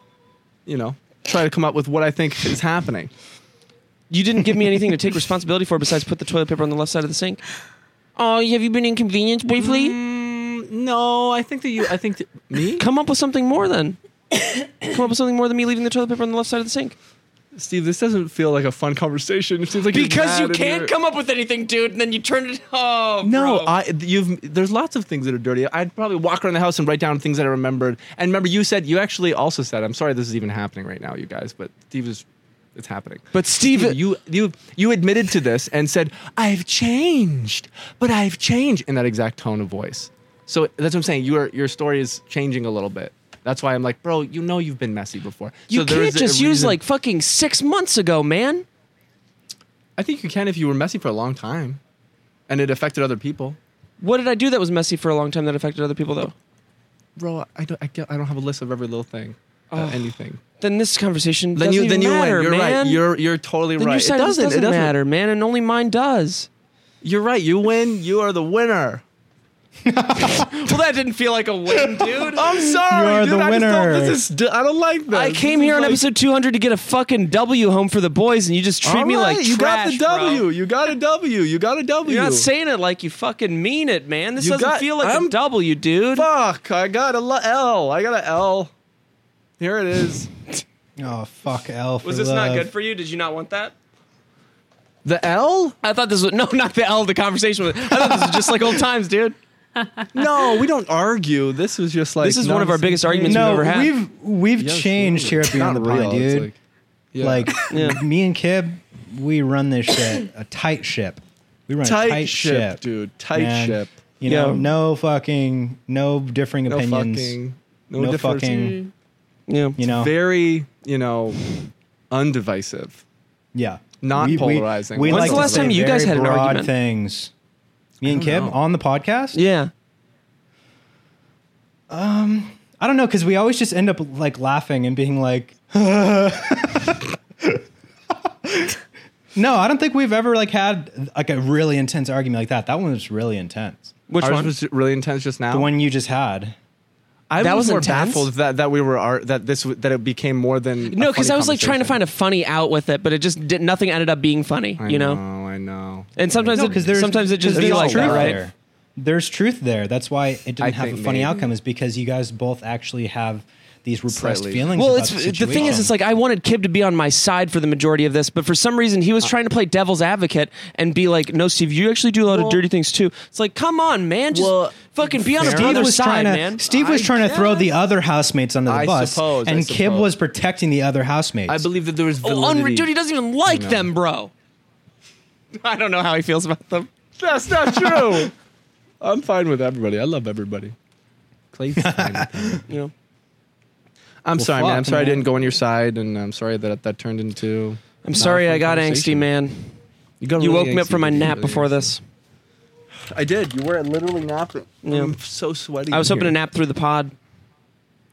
A: you know, try to come up with what I think is happening.
C: you didn't give me anything to take responsibility for besides put the toilet paper on the left side of the sink. Oh, have you been inconvenienced briefly?
A: No, I think that you. I think that, me,
C: Come up with something more then. Come up with something more than me leaving the toilet paper on the left side of the sink.
A: Steve. This doesn't feel like a fun conversation. It seems like you're
C: Because you
A: mad and
C: can't
A: you're-
C: come up with anything, dude. And then you turn it. Oh,
A: No,
C: bro.
A: I you've there's lots of things that are dirty. I'd probably walk around the house and write down things that I remembered. And remember, you said you actually also said, "I'm sorry this is even happening right now, you guys," but Steve is, it's happening.
C: But Steve-
A: you you you admitted to this and said, "I've changed, but I've changed" in that exact tone of voice. So that's what I'm saying. Your your story is changing a little bit. That's why I'm like, bro, you know you've been messy before.
C: you
A: So there
C: can't
A: is a
C: just use
A: reason-
C: like fucking six months ago, man.
A: I think you can if you were messy for a long time, and it affected other people.
C: What did I do that was messy for a long time that affected other people though?
A: bro, I don't, I, get, I don't have a list of every little thing, uh, anything.
C: Then this conversation
A: Then
C: doesn't
A: you,
C: even
A: then you
C: matter,
A: win. You're right.
C: man.
A: You're, you're totally
C: then
A: right.
C: your side
A: it
C: of this
A: doesn't,
C: doesn't,
A: it doesn't
C: matter, man, and only mine does.
A: You're right. You win. You are the winner.
C: Well, that didn't feel like a win, dude.
A: I'm sorry,
B: You are
A: dude.
B: the
A: I just don't-
B: winner.
A: this is, I don't like this.
C: I came
A: This is
C: here on
A: like-
C: episode 200 to get a fucking W home for the boys, and you just treat
A: All
C: me
A: right,
C: like
A: you got
C: trash,
A: the W.
C: bro.
A: You got a W. You got a W.
C: You're not saying it like you fucking mean it, man. This
A: You
C: doesn't
A: got-
C: feel like a
A: I'm-
C: W, dude.
A: Fuck! I got a l- L. I got a L. Here it is.
B: Oh fuck, Elf.
C: Was this not good for you? Did you not want that?
A: The L?
C: I thought this was no, not the L. The conversation was. I thought this was just like old times, dude.
A: No, we don't argue. This was just like
C: This is one of our
A: nonsense.
C: biggest arguments
B: No,
C: we've ever had.
B: we've we've
A: Yes,
B: changed here at
A: absolutely.
B: Beyond the
A: Not real.
B: Pond,
A: It's
B: dude.
A: like- yeah.
B: Like
C: Yeah.
B: me and Kib, we run this shit a tight ship. We run
A: tight,
B: a tight
A: ship,
B: ship,
A: dude. Tight
B: man.
A: ship.
B: You know,
C: Yeah.
B: no fucking, no differing
A: No
B: opinions.
A: fucking. No,
B: no
A: difference.
B: fucking.
C: Yeah.
B: You know,
A: Very, you know, undivisive.
B: yeah,
A: not
B: We- we-
A: polarizing.
B: We,
A: When's
B: like
A: the
B: to
A: last
B: say
C: time you guys
B: very
C: had an
B: broad
C: argument?
B: Things. Me and Kib
A: know.
B: on the podcast.
C: Yeah.
B: I don't know because we always just end up like laughing and being like. no, I don't think we've ever like had like a really intense argument like that. That one was really intense.
C: Which
A: Ours
C: one?
A: was really intense just now.
B: The one you just had.
A: I
C: That
A: was,
C: was
A: more
C: intense?
A: baffled that, that we were ar- that this w- that it became more than
C: no, because I was like trying to find a funny out with it, but it just did. Nothing ended up being funny. you know.
A: I know.
C: And sometimes,
B: No,
C: it,
B: because there's
C: sometimes it just
B: there's
C: be like
B: truth
C: that, right?
B: there. There's truth there. That's why it didn't
A: I
B: have a
A: think
B: funny
A: maybe-
B: outcome. Is because you guys both actually have these repressed
A: Slightly.
B: feelings.
C: Well,
B: about
C: it's
B: the,
C: the thing is, it's
B: situation.
C: like I wanted Kib to be on my side for the majority of this, but for some reason he was trying to play devil's advocate and be like, "No, Steve, you actually do a lot of dirty things too." It's like, come on, man, just
A: Well,
C: fucking be on his
B: Steve
C: brother's
B: was
C: side,
B: trying to
C: man.
B: Steve was
A: I
B: trying to throw
A: guess.
B: the other housemates under the
A: I
B: bus,
A: suppose, I
B: and Kib
A: suppose.
B: was protecting the other housemates.
A: I believe that there was
C: Oh,
A: validity.
C: unre- dude, he doesn't even like
A: No.
C: them, bro. I don't know how he feels about them.
A: That's not true. I'm fine with everybody. I love everybody. Clay's fine with everybody.
C: You know,
A: I'm
B: Well,
A: sorry, man. I'm
B: fuck,
A: sorry I
B: man.
A: didn't go on your side, and I'm sorry that that turned into.
C: I'm sorry I got angsty,
A: conversation.
C: man.
A: You, got
C: You
A: really
C: woke me up
A: angsty,
C: from my
A: dude. You
C: nap
A: really
C: before
A: angsty.
C: this.
A: I did. You were literally napping.
C: Yeah.
A: I'm so sweaty.
C: I was
A: in
C: hoping to
A: here.
C: nap through the pod.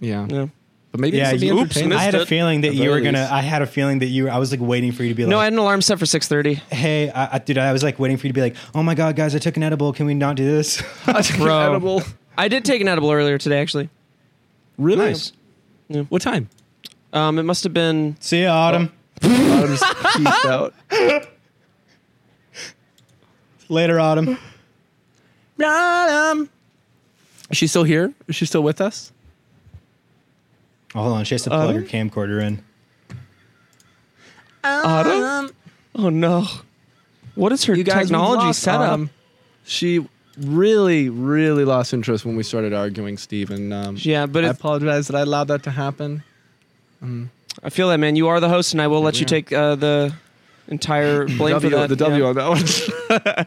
A: Yeah.
C: You know.
A: But maybe
B: Yeah,
A: this will
B: you-
A: be
B: oops,
A: entertaining.
B: I had a feeling that
A: At
B: you
A: the
B: were
A: very
B: gonna.
A: least.
B: I had a feeling that you. were- I was like waiting for you to be
C: No, I
B: like,
C: had an alarm set for six thirty.
B: "Hey, I, I, dude," I was like waiting for you to be like, "Oh my god, guys, I took an edible. Can we not do this?"
C: Bro, I did take an edible earlier today. Actually,
A: Really?
B: Nice.
C: Yeah.
A: What time?
C: um, it must have been
B: See ya, Autumn.
A: Autumn's peaced out.
B: Later, Autumn.
A: Autumn. Is she still here? Is she still with us?
B: Oh, hold on, she has to plug her camcorder in.
C: autumn. Oh no, what is her
A: You guys, we've
C: technology
A: lost
C: setup?
A: Autumn. She really, really lost interest when we started arguing, Steve. And um,
C: Yeah, but
A: I
C: it-
A: apologize that I allowed that to happen.
C: I feel that man. You are the host, and I will let you take uh, the entire blame
A: W,
C: for that.
A: the W
C: Yeah.
A: on that one.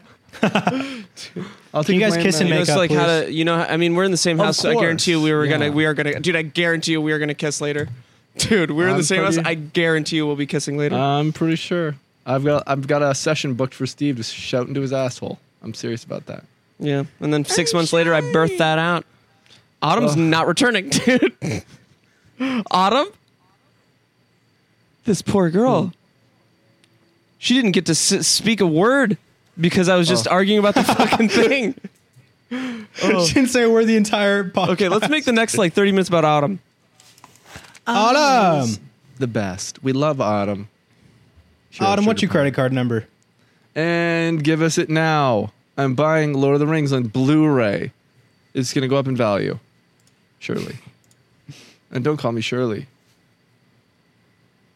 A: I'll take
B: you guys
A: blame
B: kiss
A: then.
B: and
C: You know,
B: make
C: it's
B: up,
C: like how
B: please.
C: to, you know, I mean, we're in the same
A: Of
C: house. so I guarantee you, we were
A: course,
C: gonna,
A: yeah.
C: we are gonna, dude, I guarantee you, we are gonna kiss later. Dude, we're in
A: I'm
C: the same house.
A: pretty- Uh,
C: I guarantee you, we'll be kissing later.
A: I'm pretty sure. I've got I've got a session booked for Steve to shout into his asshole. I'm serious about that.
C: yeah, and then 6 months later, I birthed that out. Autumn's not returning, dude. Autumn, this poor girl. She didn't get to s- speak a word because I was just arguing about the fucking thing.
B: she didn't say we're the entire podcast.
C: Okay, let's make the next like 30 minutes about Autumn.
B: Autumn.
A: The best. We love Autumn. Sure,
B: Autumn,
A: sugar
B: what's your
A: pie.
B: credit card number?
A: And give us it now. I'm buying Lord of the Rings on Blu-ray. It's gonna go up in value, surely. and don't call me Shirley.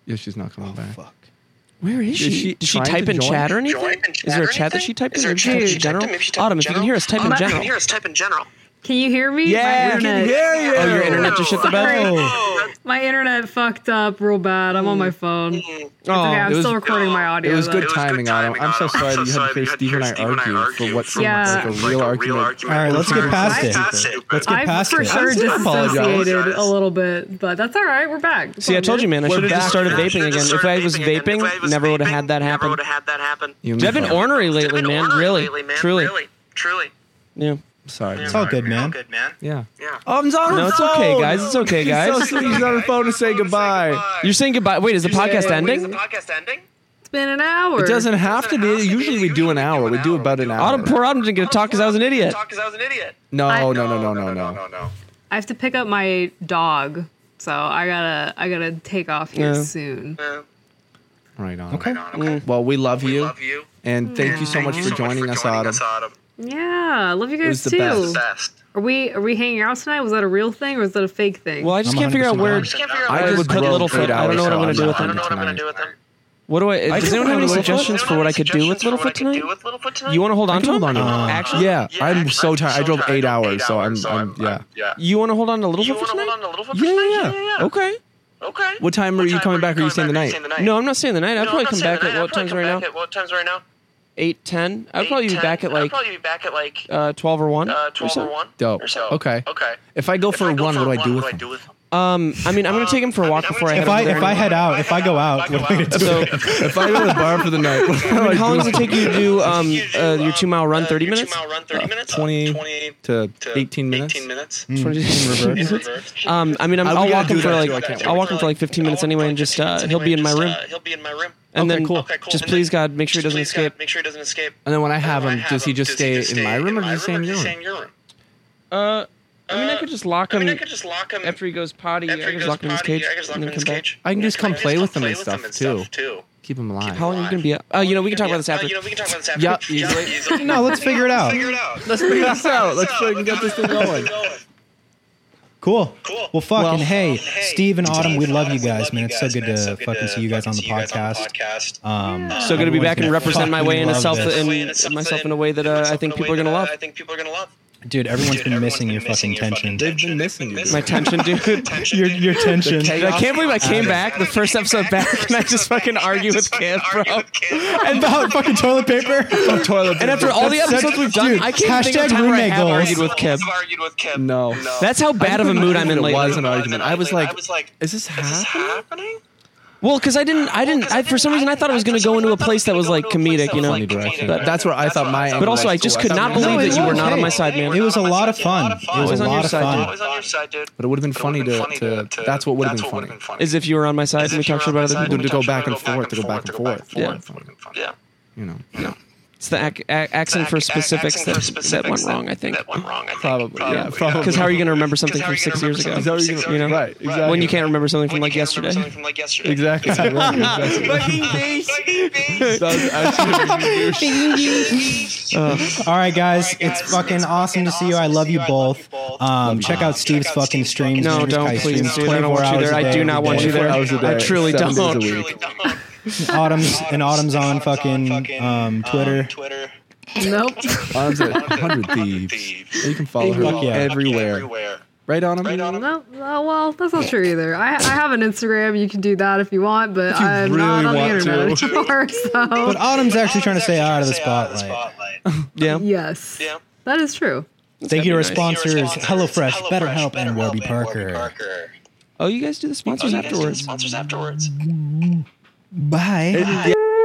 A: Yeah, she's not coming back.
B: Fuck.
C: Where is she?
A: she
C: Did she
A: trying
C: type
A: to
C: in
A: join?
C: chat or anything?
K: Join and chat
C: Is there
K: or
C: a chat that she
K: anything?
C: typed in?
K: Is there a
C: Or
K: chat that
C: did
K: she
C: she type
K: typed
C: in
K: in? Maybe she typed
C: Autumn,
K: in
C: if you can hear us, type in
K: Autumn, if you can hear
C: general.
K: us, type in general.
E: Can you hear me?
C: Yeah,
E: my
C: we can
E: internet,
C: Oh, your internet just shit the bed.
B: Oh.
E: my internet fucked up real bad. I'm on my phone. It's okay,
C: Oh,
E: I'm
A: was-
E: still recording my audio.
A: It was
E: though.
A: good
K: was good
A: timing, Autumn.
K: timing,
A: I'm so
K: Autumn.
A: sorry that you had
K: I'm so
A: to
K: sorry
A: hear
K: that you
A: Steve
K: had
A: and
K: to
A: I
K: hear Steve and I
A: argue for
K: argue
A: what
K: for
A: seemed
E: what
A: like a real
E: seemed
K: like a real
A: argument.
K: argument.
B: All right, let's get
K: Alright,
B: past
K: let's
B: it.
K: get past it.
B: Let's get
E: I
B: past
E: for
B: it.
E: sure
A: apologize.
E: disassociated a little bit, but that's all right. We're back. It's
C: See, I
E: all
C: told
E: good.
C: you, man. I should have just
A: back.
C: started
K: Should've
C: vaping again.
K: just
C: If
K: started
C: I was
K: again.
C: vaping,
K: If I was
C: never would have
K: vaping,
C: had that
K: Never
C: happen.
K: would have had that happen.
A: You and
C: Dude, I've
A: me
C: been
A: both.
C: ornery
K: It's
C: lately,
K: been
C: man.
K: ornery
C: Really,
K: lately, man.
C: truly.
K: Really. Truly.
C: Yeah.
A: Sorry.
B: It's all good,
K: You're all
B: man.
K: Good, man.
A: Yeah.
K: Yeah.
A: Autumn's on
C: No, it's okay, guys. It's okay, guys.
A: He's on the phone to say goodbye.
C: You're saying goodbye. Wait, is the podcast
K: Wait, is the
C: ending?
K: podcast ending?
E: It's been an hour.
A: It doesn't have to
K: Doesn't
A: be.
K: have to be.
A: Usually we do an hour. We do about an hour.
C: Autumn, poor Autumn didn't get to talk because I was an idiot.
K: Talk 'cause I was an idiot.
A: No,
E: I-
A: no, no, no, no,
K: no,
A: no.
K: no.
E: I have to pick up my dog, so I gotta I gotta take off here
C: Yeah.
E: soon.
K: No.
A: Right on.
B: Okay.
K: No, okay.
A: Well, we love
K: We
A: you.
K: love you.
A: And thank you so much
K: Thank
A: for
K: you so much
A: joining us,
K: joining
A: Autumn.
K: us, Autumn.
E: Yeah, love you
A: was
E: guys
A: the
E: too.
A: best.
K: Best.
E: Are we are we hanging out tonight? Was that a real thing or is that a fake thing?
C: Well, I just
B: I'm
C: can't figure out
B: 100%
C: where.
B: honest.
K: Can't figure out
A: I
C: I
K: what it
C: would
K: is.
A: just
C: put
A: drilled
C: little
A: eight
C: foot. I don't know what I'm gonna
A: hours
C: do with
A: out.
K: I
C: them.
K: don't know what I'm gonna do with them.
C: What do I? Does
A: just
C: anyone
A: wanna
C: have any
A: do Littlefoot.
C: suggestions for what I could do with
K: Suggestions for what I
C: Littlefoot
K: could
C: tonight?
K: do with Littlefoot tonight?
C: You want to hold on to
A: hold
C: him?
A: on to him.
C: Actually,
A: Yeah, I'm
K: actually,
A: so tired. I drove
K: tired.
A: eight hours, so I'm,
K: so
A: I'm, yeah.
K: yeah.
C: You want to hold on to
K: You
C: Littlefoot
K: want to hold on
C: tonight?
K: to Littlefoot
A: Yeah,
K: tonight?
A: yeah, yeah.
C: Okay.
K: Okay.
A: What time are you coming back? Are you staying the night?
C: No, I'm not staying the night.
K: i
C: I'll probably come back at what times right now?
K: What times right now?
C: Eight ten. I'd probably be
K: 8,
C: back
K: 10.
C: at like
K: I'll probably be back at like
C: uh, twelve or one.
K: uh,
C: or
K: 12
C: so.
K: or 1.
A: Dope.
K: Or so.
A: Okay.
K: Okay.
A: If I go for
K: I
A: a
K: go
A: run, what do I
K: run,
A: do with
K: what
A: them?
K: with them?
C: Um, I mean, I'm gonna take him for a walk
K: I'm
C: before I head
K: gonna
B: If
C: over
K: take
B: I
K: him
C: there.
B: if I head out, if I go out, what am I gonna do?
C: so,
A: If I go to the bar for the night, what do
C: I
A: I
C: mean, how long
A: do
C: does it take you to do um uh, your two mile run? Thirty minutes.
K: Two mile run, 30 minutes?
A: 20
K: 20
A: to 18 minutes?
K: 18 minutes.
B: In
K: In
B: reverse.
K: reverse.
C: Um, I mean, I'm,
A: Uh, we
C: I'll
A: gotta
C: walk him
A: do
C: for
A: that
C: like
A: too, I can't
C: I'll
A: wait.
C: walk him for like 15 minutes anyway, and just uh, he'll be in my room.
K: He'll be in my room.
C: And
A: Okay,
C: then
A: cool.
K: Okay, cool.
C: just
K: And
C: please
K: then-
C: God make sure he
K: just
C: doesn't
K: please, God,
C: escape.
K: Make sure he doesn't escape.
A: And then when I have
K: When I
A: him, does he just stay in my room or does he stay in your room?
K: your room?
C: Uh, I mean, I could just lock
K: I
C: him
K: mean, I could just lock him
C: after he goes potty. I
K: after
C: could
K: he
C: just
K: goes
C: lock him in his
K: potty.
C: cage
K: I could just lock
C: and
K: him
C: then
K: in his
C: come back.
K: cage.
A: I can just come
K: I could
A: play
K: just
A: with
K: come
A: them and
K: play with
A: stuff
K: them
A: too.
K: and stuff too.
A: Keep him alive.
C: How long are you gonna be? up? Oh, you know, we can talk
K: Yeah,
C: about this
K: uh,
C: after.
K: You know, we can talk about this after.
A: Yeah,
K: Yeah,
A: easily.
K: easily.
B: No, let's figure it out.
K: Figure it out.
A: Let's figure this out. Let's
K: So,
A: fucking get this thing going.
B: Cool.
K: Cool.
B: Well, fucking
A: Well,
B: hey,
K: Hey,
B: Steve and Autumn, we
K: Steve,
B: love you
K: Autumn, we
B: guys, man. It's so good
K: man. It's
B: to fucking see you guys on the
K: fucking see you guys on
B: podcast.
K: the podcast.
B: Um,
C: So good to be
B: everyone's
C: back and
B: gonna
C: represent my way
B: fucking
C: in
B: love
C: itself
B: this.
C: and
K: Way in itself
C: myself
K: that-
C: in a way that uh, I
K: myself
C: think
K: in a
C: people are
K: way
C: gonna
K: that, uh,
C: love.
K: I think people are gonna love.
B: Dude, everyone's
K: Dude,
B: been
K: everyone's
B: missing your fucking
K: missing
B: tension.
K: They've been
A: missing you, dude.
C: My tension, dude.
K: Tension,
B: Your
K: dude.
B: your tension.
A: The
C: I can't believe I came
K: Dude,
C: back the first episode back and I just fucking argue with Cam, bro.
B: And
C: Oh,
B: about fucking toilet paper.
A: Toilet
C: And after all the
B: That's such-
C: episodes we've done,
B: dude,
C: I can't think of a
B: hashtag
C: time where I
B: roommate
C: have
B: goals.
C: argued with Kip.
K: I've argued with Kev.
A: No.
K: No.
C: That's how bad of a mood I'm in
A: It was
C: lately.
A: an argument. I was like,
K: I was like,
A: is this
K: is this
A: happening?
K: happening?
C: Well, because I didn't, I didn't, I, for some reason, I thought I was going to go into a place that was like comedic, you know.
A: That- that's where I thought my.
C: But also, I just could not believe that you were not on my side, man.
B: It was a lot of fun. It was
C: Always
B: a
C: on your
B: lot of
C: side,
B: fun.
C: dude.
K: on your side, dude.
A: But it would have been
K: It would've
A: funny to. to- That's what would have been funny.
K: funny.
C: Is if you were on my side
K: Is
C: and we
K: if you
C: talked shit
K: were on
C: about
K: my
C: other
K: side
C: people.
A: to go
K: and we
A: back and
K: talked
A: forth, to go back and forth.
K: Yeah.
A: forth.
K: Yeah.
A: You know.
C: It's the ac- ac- accent for specifics that, that went wrong, I think.
K: That went wrong, I think.
A: Probably, yeah, probably.
C: Because how are you going to remember something
K: how
C: from
K: are you
C: six
K: gonna
C: years ago?
K: remember
A: Is that what you're
K: Six
A: gonna-
C: hours ago.
A: Right. Exactly.
C: When you can't remember something from
K: When
C: like
K: you can't remember
C: yesterday.
K: something from like yesterday.
A: Exactly.
K: Fucking beast.
A: That was actually-
B: All right, guys,
K: All right, guys,
B: it's fucking awesome to see you. I love you both. Um, check out Steve's
K: out
B: fucking
K: Steve's
B: streams.
C: No,
B: Ninja
C: don't
B: Kai
C: please,
B: streams,
C: dude. I don't
B: 24
C: want you
B: hours
C: there.
B: a
C: I
B: day,
C: do not want you
A: 24
C: there.
A: hours a
C: I
A: day,
C: truly
A: seven days a
C: don't.
A: week.
K: Really don't.
B: Autumn's and Autumn's on fucking um, Twitter.
K: Twitter.
E: Nope.
A: Arms at 100 Thieves.
K: Thieves.
A: You can follow
B: Fuck
A: her
B: yeah.
A: everywhere.
K: Everywhere.
A: Right on
K: Right on 'em.
E: No, no, Oh, well, that's not true either. I, I have an Instagram. You can do that if you want, but
A: you
E: I'm
A: really
E: not on the
A: want
E: internet
A: to.
E: anymore. So,
B: But Autumn's actually trying to stay out of the
K: Out of the
B: spotlight.
K: spotlight.
C: Yeah.
E: yes,
K: Yeah.
E: that is true.
B: Thank you to our
C: That'd be nice.
B: sponsors, HelloFresh, BetterHelp, and Warby Parker.
K: Parker.
C: Oh, you guys do the sponsors
K: Sponsors
C: afterwards.
K: afterwards. Sponsors afterwards.
B: Bye.
A: Yeah.